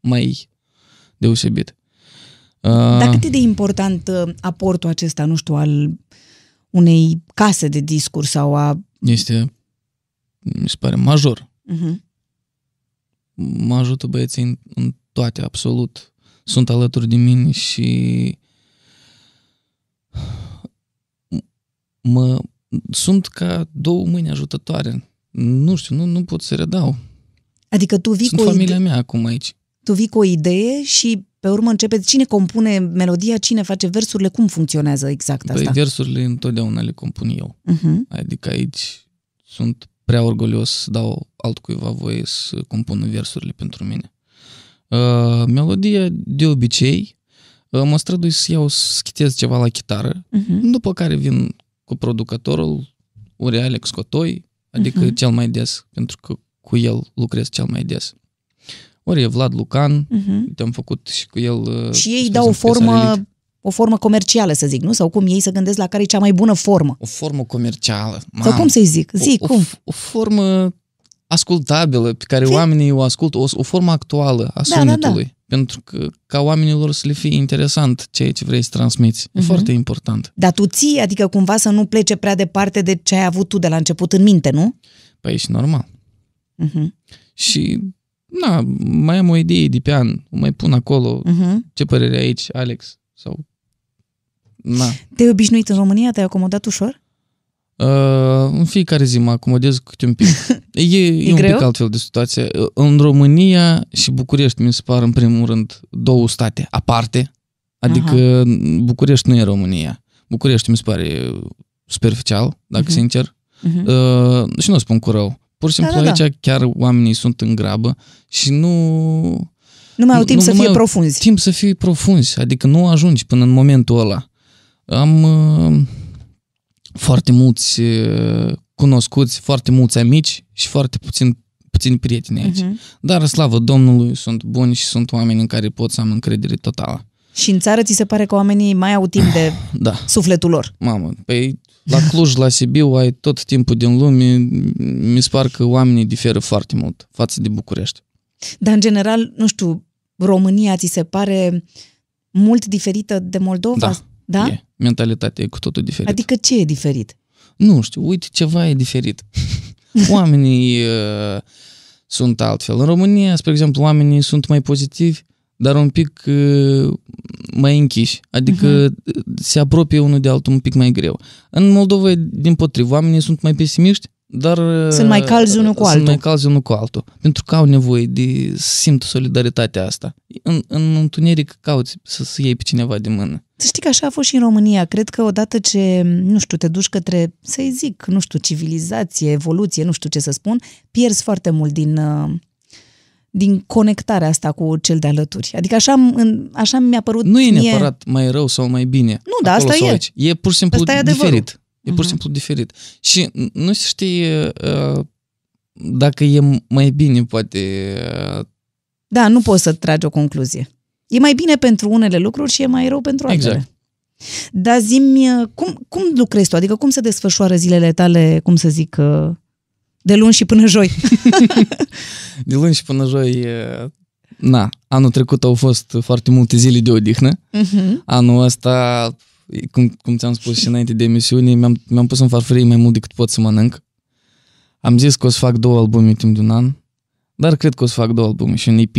Speaker 3: mai deosebit. Ah.
Speaker 2: Dar cât e de important uh, aportul acesta, nu știu, al unei case de discuri sau a...
Speaker 3: Este, mi se pare, major.
Speaker 2: Uh-huh.
Speaker 3: Mhm. mă ajută băieții în, în toate, absolut. Sunt alături de mine și mă, sunt ca două mâini ajutătoare. Nu știu, nu, nu pot să redau.
Speaker 2: Adică tu vii,
Speaker 3: Sunt
Speaker 2: cu o
Speaker 3: familia
Speaker 2: idee,
Speaker 3: mea acum aici.
Speaker 2: tu vii cu o idee și pe urmă începe cine compune melodia, cine face versurile, cum funcționează exact
Speaker 3: Păi
Speaker 2: asta?
Speaker 3: versurile întotdeauna le compun eu.
Speaker 2: uh-huh.
Speaker 3: Adică aici sunt prea orgolios să dau altcuiva voie să compună versurile pentru mine. Uh, melodia, de obicei, uh, mă strădui să iau să schitez ceva la chitară,
Speaker 2: Uh-huh.
Speaker 3: După care vin cu producătorul, uri Alex Cotoi, adică
Speaker 2: Mhm.
Speaker 3: uh-huh. cel mai des, pentru că cu el lucrez cel mai des. Ori e Vlad Lucan,
Speaker 2: Uh-huh.
Speaker 3: te-am făcut și cu el... uh,
Speaker 2: Și
Speaker 3: spre
Speaker 2: ei dau o
Speaker 3: exemplu, piesa
Speaker 2: formă,
Speaker 3: Relict.
Speaker 2: o formă comercială, să zic, nu? Sau cum ei se gândesc la care e cea mai bună formă.
Speaker 3: O formă comercială.
Speaker 2: Sau
Speaker 3: mamă.
Speaker 2: cum să-i zic?
Speaker 3: O-
Speaker 2: Zi,
Speaker 3: o,
Speaker 2: cum?
Speaker 3: f- O formă ascultabilă, pe care
Speaker 2: Fi-
Speaker 3: oamenii o ascultă, o, o formă actuală a
Speaker 2: Da, da,
Speaker 3: sunetului. Pentru că ca oamenilor să le fie interesant ceea ce vrei să transmiți. E
Speaker 2: Mhm.
Speaker 3: foarte important.
Speaker 2: Dar tu ții, adică cumva să nu plece prea departe de ce ai avut tu de la început în minte, nu?
Speaker 3: Păi ești normal.
Speaker 2: Uh-huh.
Speaker 3: Și, na, mai am o idee de pian, o mai pun acolo,
Speaker 2: Uh-huh.
Speaker 3: ce părere ai aici, Alex? Sau, na.
Speaker 2: Te-ai obișnuit în România? Te-ai acomodat ușor?
Speaker 3: Uh, în fiecare zi mă acomodez câte un pic. E, e,
Speaker 2: E
Speaker 3: e un
Speaker 2: greu?
Speaker 3: pic altfel de situație. Uh, În România și București mi se par, în primul rând, două state aparte. Adică București nu e România. București mi se pare uh, superficial, dacă
Speaker 2: Mhm.
Speaker 3: sincer.
Speaker 2: Uh-huh.
Speaker 3: Uh, și nu o spun cu rău. Pur și
Speaker 2: Da,
Speaker 3: simplu
Speaker 2: da, da.
Speaker 3: aici chiar oamenii sunt în grabă și nu...
Speaker 2: Nu mai au timp
Speaker 3: nu-
Speaker 2: să
Speaker 3: nu
Speaker 2: fie
Speaker 3: mai au-
Speaker 2: profunzi.
Speaker 3: timp să fii profunzi, adică nu ajungi până în momentul ăla. Am uh, foarte mulți uh, cunoscuți, foarte mulți amici și foarte puțin puțini prieteni aici. Uh-huh. Dar, slavă Domnului, sunt buni și sunt oameni în care pot să am încredere totală.
Speaker 2: Și în țară ți se pare că oamenii mai au timp de
Speaker 3: Da,
Speaker 2: sufletul lor.
Speaker 3: mamă, păi la Cluj, la Sibiu ai tot timpul din lume, mi se par că oamenii diferă foarte mult față de București.
Speaker 2: Dar, în general, nu știu, România ți se pare mult diferită de Moldova?
Speaker 3: Da. E. Mentalitatea e cu totul diferită.
Speaker 2: Adică ce e diferit?
Speaker 3: nu știu, uite, ceva e diferit. Oamenii uh, sunt altfel. În România, spre exemplu, oamenii sunt mai pozitivi, dar un pic uh, mai închiși. Adică
Speaker 2: Mhm.
Speaker 3: uh, se apropie unul de altul un pic mai greu. În Moldova, e din potrivă, oamenii sunt mai pesimiști, dar... uh,
Speaker 2: Sunt mai calzi unul cu
Speaker 3: sunt
Speaker 2: altul.
Speaker 3: mai calzi unul cu altul. Pentru că au nevoie de să simt solidaritatea asta. În, în întuneric cauți să, să iei pe cineva de mână.
Speaker 2: Să știi că așa a fost și în România. Cred că odată ce, nu știu, te duci către, să-i zic, nu știu, civilizație, evoluție, nu știu ce să spun, pierzi foarte mult din, uh, din conectarea asta cu cel de alături. Adică așa, am- în- așa mi-a părut
Speaker 3: Nu e
Speaker 2: mie-
Speaker 3: neapărat mai rău sau mai bine.
Speaker 2: Nu, da,
Speaker 3: acolo
Speaker 2: asta
Speaker 3: sau
Speaker 2: e.
Speaker 3: Aici. E pur și simplu
Speaker 2: Asta e adevărul. Mhm.
Speaker 3: diferit. E pur și simplu diferit. Și n- nu se știe uh, dacă e mai bine, poate. uh,
Speaker 2: Da, nu poți să tragi o concluzie. E mai bine pentru unele lucruri și e mai rău pentru altele.
Speaker 3: Exact.
Speaker 2: Dar zimi, cum, cum lucrezi tu? Adică cum se desfășoară zilele tale, cum să zic, uh, de luni și până joi?
Speaker 3: De luni și până joi. uh, Na, anul trecut au fost foarte multe zile de odihnă. Anul ăsta, cum, cum ți-am spus și înainte de emisiune, mi-am, mi-am pus în farfurie mai mult decât pot să mănânc. Am zis că o să fac două albume timp de un an, dar cred că o să fac două albume și un EP.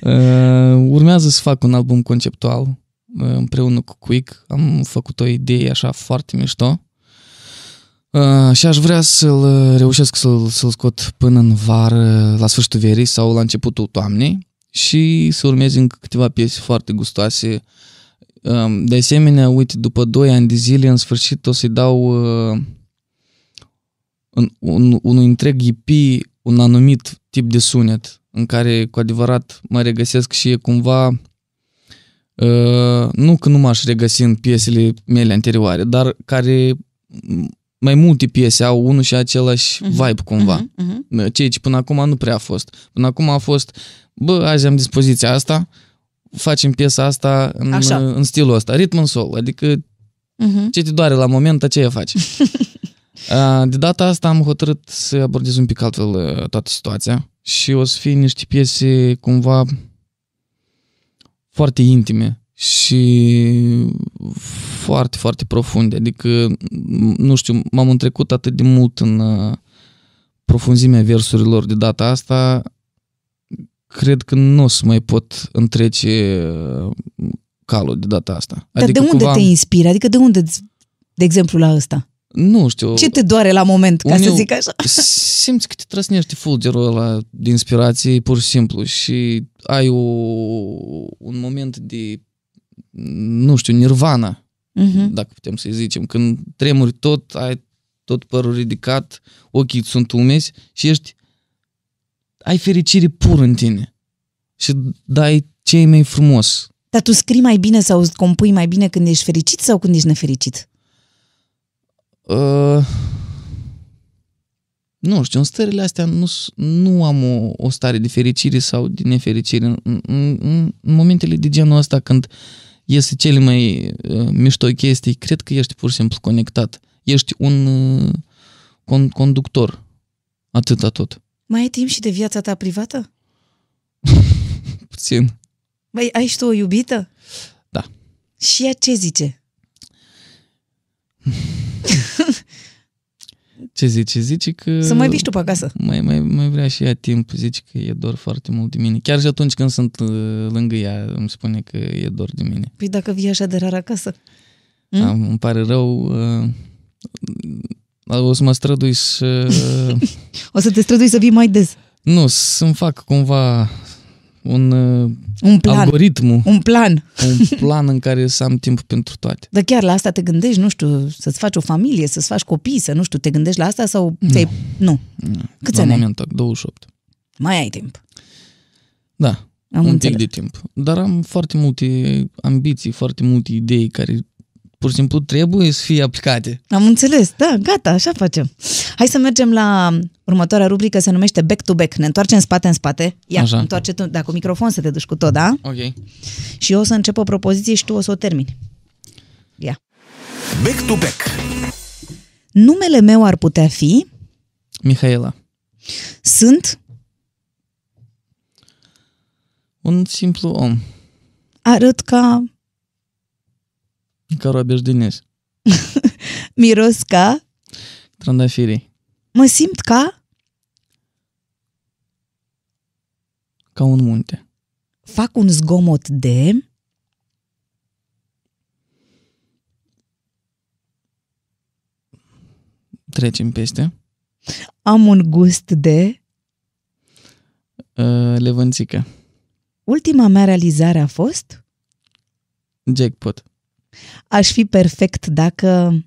Speaker 3: Uh, urmează să fac un album conceptual uh, împreună cu Quick. Am făcut o idee așa foarte mișto. Uh, și aș vrea să-l uh, reușesc să-l, să-l scot până în vară, la sfârșitul verii sau la începutul toamnei și să urmeze încă câteva piese foarte gustoase. Um, De asemenea, uite, după 2 ani de zile, în sfârșit o să-i dau uh, un, un, unui întreg EP un anumit tip de sunet în care cu adevărat mă regăsesc și e cumva uh, nu că nu m-aș regăsi în piesele mele anterioare, dar care m, mai multe piese au unul și același vibe cumva
Speaker 2: Mhm.
Speaker 3: ceea ce până acum nu prea a fost. Până acum a fost, bă, azi am dispoziția asta, facem piesa asta în,
Speaker 2: Așa.
Speaker 3: în stilul ăsta, ritm and soul, adică
Speaker 2: Mhm.
Speaker 3: ce te doare la moment, aceea faci. A, De data asta am hotărât să abordez un pic altfel uh, toată situația și o să fie niște piese cumva foarte intime și foarte, foarte profunde. Adică, m- nu știu, m-am întrecut atât de mult în uh, profunzimea versurilor de data asta, cred că nu o să mai pot întrece uh, calul de data asta. Adică
Speaker 2: Dar de unde
Speaker 3: cumva
Speaker 2: te
Speaker 3: am-
Speaker 2: inspiri? Adică de unde, îți- de exemplu, la ăsta?
Speaker 3: nu știu.
Speaker 2: Ce te doare la moment, ca să
Speaker 3: Unii-
Speaker 2: zic așa?
Speaker 3: Simți că te trăsnește fulgerul ăla de inspirație, pur și simplu, și ai o, un moment de, nu știu, nirvana,
Speaker 2: Mhm.
Speaker 3: dacă putem să-i zicem, când tremuri tot, ai tot părul ridicat, ochii îți sunt umezi și ești, ai fericire pur în tine și dai ce e mai frumos.
Speaker 2: Dar tu scrii mai bine sau îți compui mai bine când ești fericit sau când ești nefericit?
Speaker 3: Uh, nu știu, în stările astea nu, s- nu am o, o stare de fericire sau de nefericire. În, în, în, în momentele de genul ăsta, când iese cele mai uh, mișto chestii, cred că ești pur și simplu conectat. Ești un uh, con, conductor. Atâta tot.
Speaker 2: Mai ai timp și de viața ta privată?
Speaker 3: Puțin.
Speaker 2: Băi, ai și tu o iubită?
Speaker 3: Da.
Speaker 2: Și ea ce zice?
Speaker 3: Ce zice? Zice că...
Speaker 2: Să mai vii și tu pe acasă.
Speaker 3: Mai, mai, mai vrea și ea timp, zice că e dor foarte mult de mine. Chiar și atunci când sunt uh, lângă ea, îmi spune că e dor de mine.
Speaker 2: Păi dacă vii așa de rar acasă. Mm?
Speaker 3: Mm? Am, îmi pare rău. Uh, o să mă strădui să...
Speaker 2: O să te strădui să vii mai des.
Speaker 3: nu, să-mi fac cumva un uh,
Speaker 2: Un plan.
Speaker 3: algoritm,
Speaker 2: Un plan.
Speaker 3: un plan în care să am timp pentru toate.
Speaker 2: Dar chiar la asta te gândești, nu știu, să-ți faci o familie, să-ți faci copii, să nu știu, te gândești la asta sau... Nu. Ți-ai... nu. Câți
Speaker 3: La
Speaker 2: ani ai?
Speaker 3: momentul ăla, 28.
Speaker 2: Mai ai timp.
Speaker 3: Da,
Speaker 2: Am
Speaker 3: un
Speaker 2: înțeles.
Speaker 3: pic de timp. Dar am foarte multe ambiții, foarte multe idei care pur și simplu trebuie să fie aplicate.
Speaker 2: Am înțeles, da, gata, așa facem. Hai să mergem la următoarea rubrică, se numește Back to Back. Ne întoarcem spate în spate. Ia,
Speaker 3: Așa.
Speaker 2: întoarce tu, da, cu microfon să te duci cu tot, da?
Speaker 3: Ok.
Speaker 2: Și eu o să încep o propoziție și tu o să o termini. Ia.
Speaker 6: Back to back.
Speaker 2: Numele meu ar putea fi,
Speaker 3: Mihaela,
Speaker 2: sunt,
Speaker 3: un simplu om,
Speaker 2: arăt ca,
Speaker 3: care obișnuinesc,
Speaker 2: miros ca,
Speaker 3: trandafirii,
Speaker 2: mă simt ca,
Speaker 3: ca un munte,
Speaker 2: fac un zgomot de,
Speaker 3: trecem peste,
Speaker 2: am un gust de...
Speaker 3: uh, levânțică,
Speaker 2: Ultima mea realizare a fost,
Speaker 3: jackpot,
Speaker 2: aș fi perfect dacă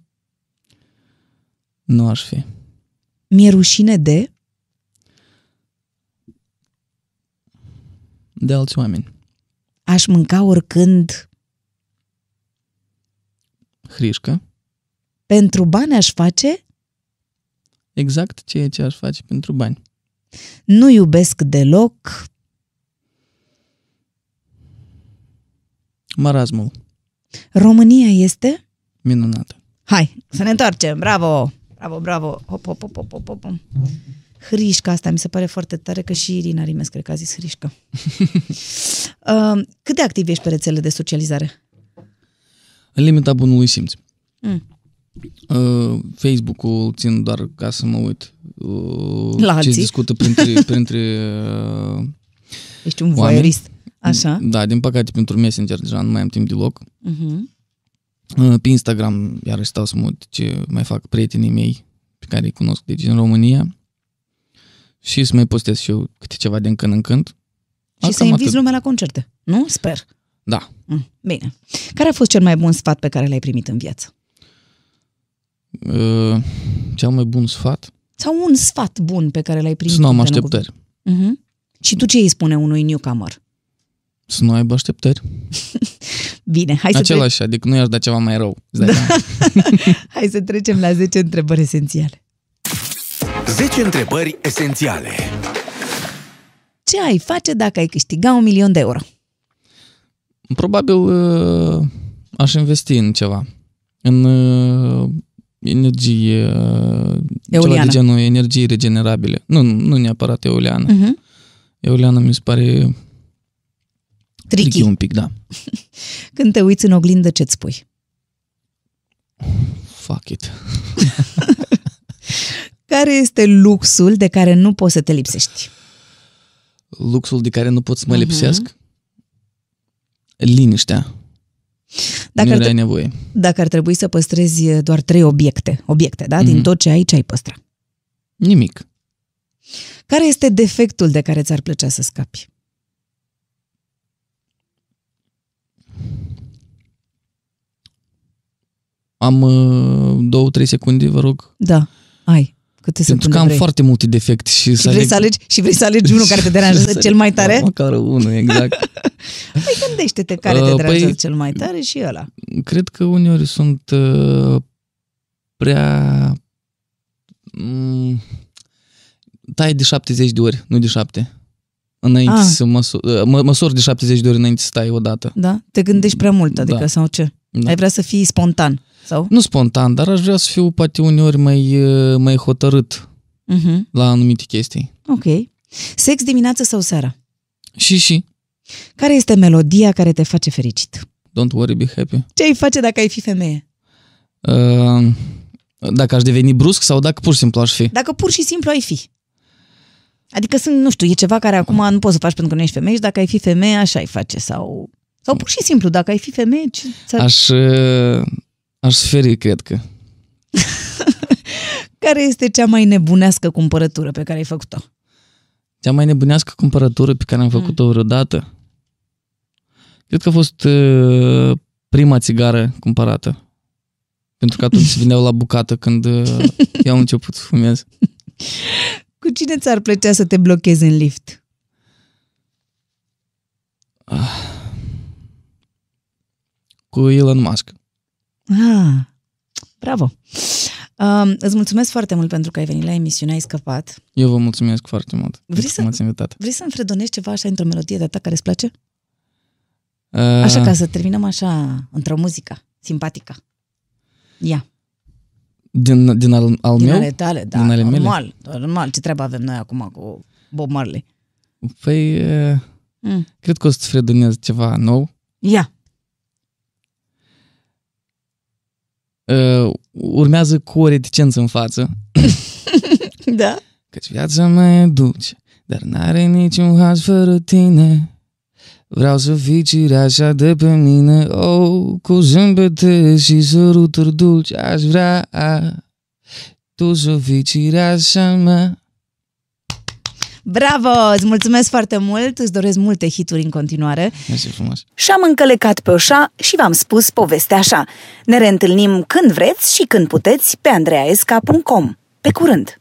Speaker 3: nu aș fi,
Speaker 2: mi-e rușine de,
Speaker 3: de alți oameni,
Speaker 2: aș mânca oricând,
Speaker 3: hrișcă,
Speaker 2: pentru bani aș face,
Speaker 3: exact ceea ce aș face pentru bani,
Speaker 2: nu iubesc deloc,
Speaker 3: marasmul,
Speaker 2: România este...
Speaker 3: minunată,
Speaker 2: Hai, să ne întoarcem, bravo! Bravo, bravo! Hop, hop, hop, hop, hop, hop. hop. Hrișca asta, mi se pare foarte tare că și Irina Rimes, cred că a zis hrișcă. Uh, Cât de activ ești pe rețele de socializare?
Speaker 3: în limita bunului simț.
Speaker 2: Mm.
Speaker 3: Uh, Facebook-ul țin doar ca să mă uit uh,
Speaker 2: La
Speaker 3: ce
Speaker 2: alții.
Speaker 3: discută printre, printre uh,
Speaker 2: Ești un
Speaker 3: Oameni?
Speaker 2: voyeurist. Așa?
Speaker 3: Da, din păcate pentru Messenger deja nu mai am timp deloc.
Speaker 2: Uh-huh.
Speaker 3: Uh, Pe Instagram iarăși stau să mă uit ce mai fac prietenii mei pe care îi cunosc deci în România și să mai postez și eu câte ceva din când în când.
Speaker 2: Și
Speaker 3: Asta
Speaker 2: să
Speaker 3: mă
Speaker 2: inviți
Speaker 3: atât.
Speaker 2: lumea la concerte, nu? Sper.
Speaker 3: Da.
Speaker 2: Mm, Bine. Care a fost cel mai bun sfat pe care l-ai primit în viață?
Speaker 3: Uh, Cel mai bun sfat?
Speaker 2: Sau un sfat bun pe care l-ai primit?
Speaker 3: Să nu am așteptări.
Speaker 2: Uh-huh. Și tu ce îi spune unui newcomer?
Speaker 3: Să nu aibă așteptări.
Speaker 2: Bine, hai să, tre-
Speaker 3: Același, adică nu i-aș da ceva mai rău. Da.
Speaker 2: hai să trecem la 10 întrebări esențiale.
Speaker 6: 10 întrebări esențiale.
Speaker 2: Ce ai face dacă ai câștiga un milion de euro?
Speaker 3: Probabil uh, aș investi în ceva. În uh, energie, uh, ceva
Speaker 2: Eoliană.
Speaker 3: de genul energie regenerabile. Nu, nu neapărat eoliană.
Speaker 2: Uh-huh.
Speaker 3: Euliana mi se pare tricky
Speaker 2: Tricky.
Speaker 3: un pic, da.
Speaker 2: Când te uiți în oglindă, ce-ți spui?
Speaker 3: Fuck it.
Speaker 2: Care este luxul de care nu poți să te lipsești?
Speaker 3: Luxul de care nu pot să
Speaker 2: Mhm.
Speaker 3: mă lipsesc? Liniștea.
Speaker 2: Dacă
Speaker 3: nu
Speaker 2: ar,
Speaker 3: erai
Speaker 2: tre-
Speaker 3: nevoie.
Speaker 2: dacă ar trebui să păstrezi eh, doar trei obiecte, obiecte, da? Din
Speaker 3: Mhm.
Speaker 2: tot ce ai, ce ai păstra?
Speaker 3: Nimic.
Speaker 2: Care este defectul de care ți-ar plăcea să scapi?
Speaker 3: Am uh, două, trei secunde, vă rog.
Speaker 2: Da, ai. Câte
Speaker 3: Pentru
Speaker 2: secunde
Speaker 3: că am
Speaker 2: vrei.
Speaker 3: foarte multe defecte și,
Speaker 2: și vrei, să alegi, și vrei să alegi unul care te deranjează cel mai tare?
Speaker 3: Măcar unul, exact.
Speaker 2: Păi gândește-te care te
Speaker 3: Uh,
Speaker 2: deranjează
Speaker 3: păi-
Speaker 2: cel mai tare și ăla.
Speaker 3: Cred că uneori sunt uh, prea... Mm, tai de 70 de ori, nu de 7. Înainte
Speaker 2: Ah.
Speaker 3: ah. să măsor, uh, mă, măsor de 70 de ori înainte să tai odată.
Speaker 2: Da? Te gândești prea mult, adică, da.
Speaker 3: Da.
Speaker 2: sau ce? Da.
Speaker 3: Da.
Speaker 2: Ai vrea să fii spontan, sau?
Speaker 3: Nu spontan, dar aș vrea să fiu poate uneori mai, uh, mai hotărât
Speaker 2: Uh-huh.
Speaker 3: la anumite chestii.
Speaker 2: Ok. Sex dimineața sau seara?
Speaker 3: Și, și,
Speaker 2: Care este melodia care te face fericit?
Speaker 3: don't worry, be happy.
Speaker 2: Ce ai face dacă ai fi femeie?
Speaker 3: Uh, dacă aș deveni brusc sau dacă pur și simplu aș fi.
Speaker 2: Dacă pur și simplu ai fi. Adică sunt, nu știu, e ceva care acum nu poți să faci pentru că nu ești femeie și dacă ai fi femeie, așa ai face. Sau, sau pur și simplu, dacă ai fi femeie, ce ți-ar-
Speaker 3: Aș, uh, aș sferi, cred că.
Speaker 2: care este cea mai nebunească cumpărătură pe care ai făcut-o?
Speaker 3: Cea mai nebunească cumpărătură pe care am
Speaker 2: Mm.
Speaker 3: făcut-o vreodată? Cred că a fost uh, prima țigară cumpărată. Pentru că atunci se vindeau la bucată când uh, eu am început să fumez.
Speaker 2: Cu cine ți-ar plăcea să te blochezi în lift?
Speaker 3: Cu Elon Musk.
Speaker 2: Ah, bravo! Um, îți mulțumesc foarte mult pentru că ai venit la emisiune, ai scăpat.
Speaker 3: Eu vă mulțumesc foarte mult pentru
Speaker 2: să-
Speaker 3: că m-ați invitat.
Speaker 2: Vrei să înfredonești ceva așa într-o melodie de-a ta care îți place?
Speaker 3: Uh,
Speaker 2: Așa ca să terminăm așa, într-o muzică simpatică. Ia,
Speaker 3: Din, din al, al
Speaker 2: din
Speaker 3: meu?
Speaker 2: ale tale, da,
Speaker 3: Din ale mele?
Speaker 2: normal, normal. Ce treabă avem noi acum cu Bob Marley?
Speaker 3: Păi, uh,
Speaker 2: Mm.
Speaker 3: cred că o să-ți fredonez ceva nou.
Speaker 2: Ia,
Speaker 3: Uh, urmează cu o reticență în față,
Speaker 2: da?
Speaker 3: Căci viața mă duce, dar n-are niciun haz fără tine. Vreau să fii cireașa de pe mine, oh, cu zâmbete și săruturi dulci aș vrea tu să fii cireașa mea.
Speaker 2: Bravo! Îți mulțumesc foarte mult, îți doresc multe hituri în continuare.
Speaker 3: Mersi frumos.
Speaker 1: Și-am încălecat pe oșa și v-am spus povestea așa. Ne reîntâlnim când vreți și când puteți pe andreaesca.com. Pe curând!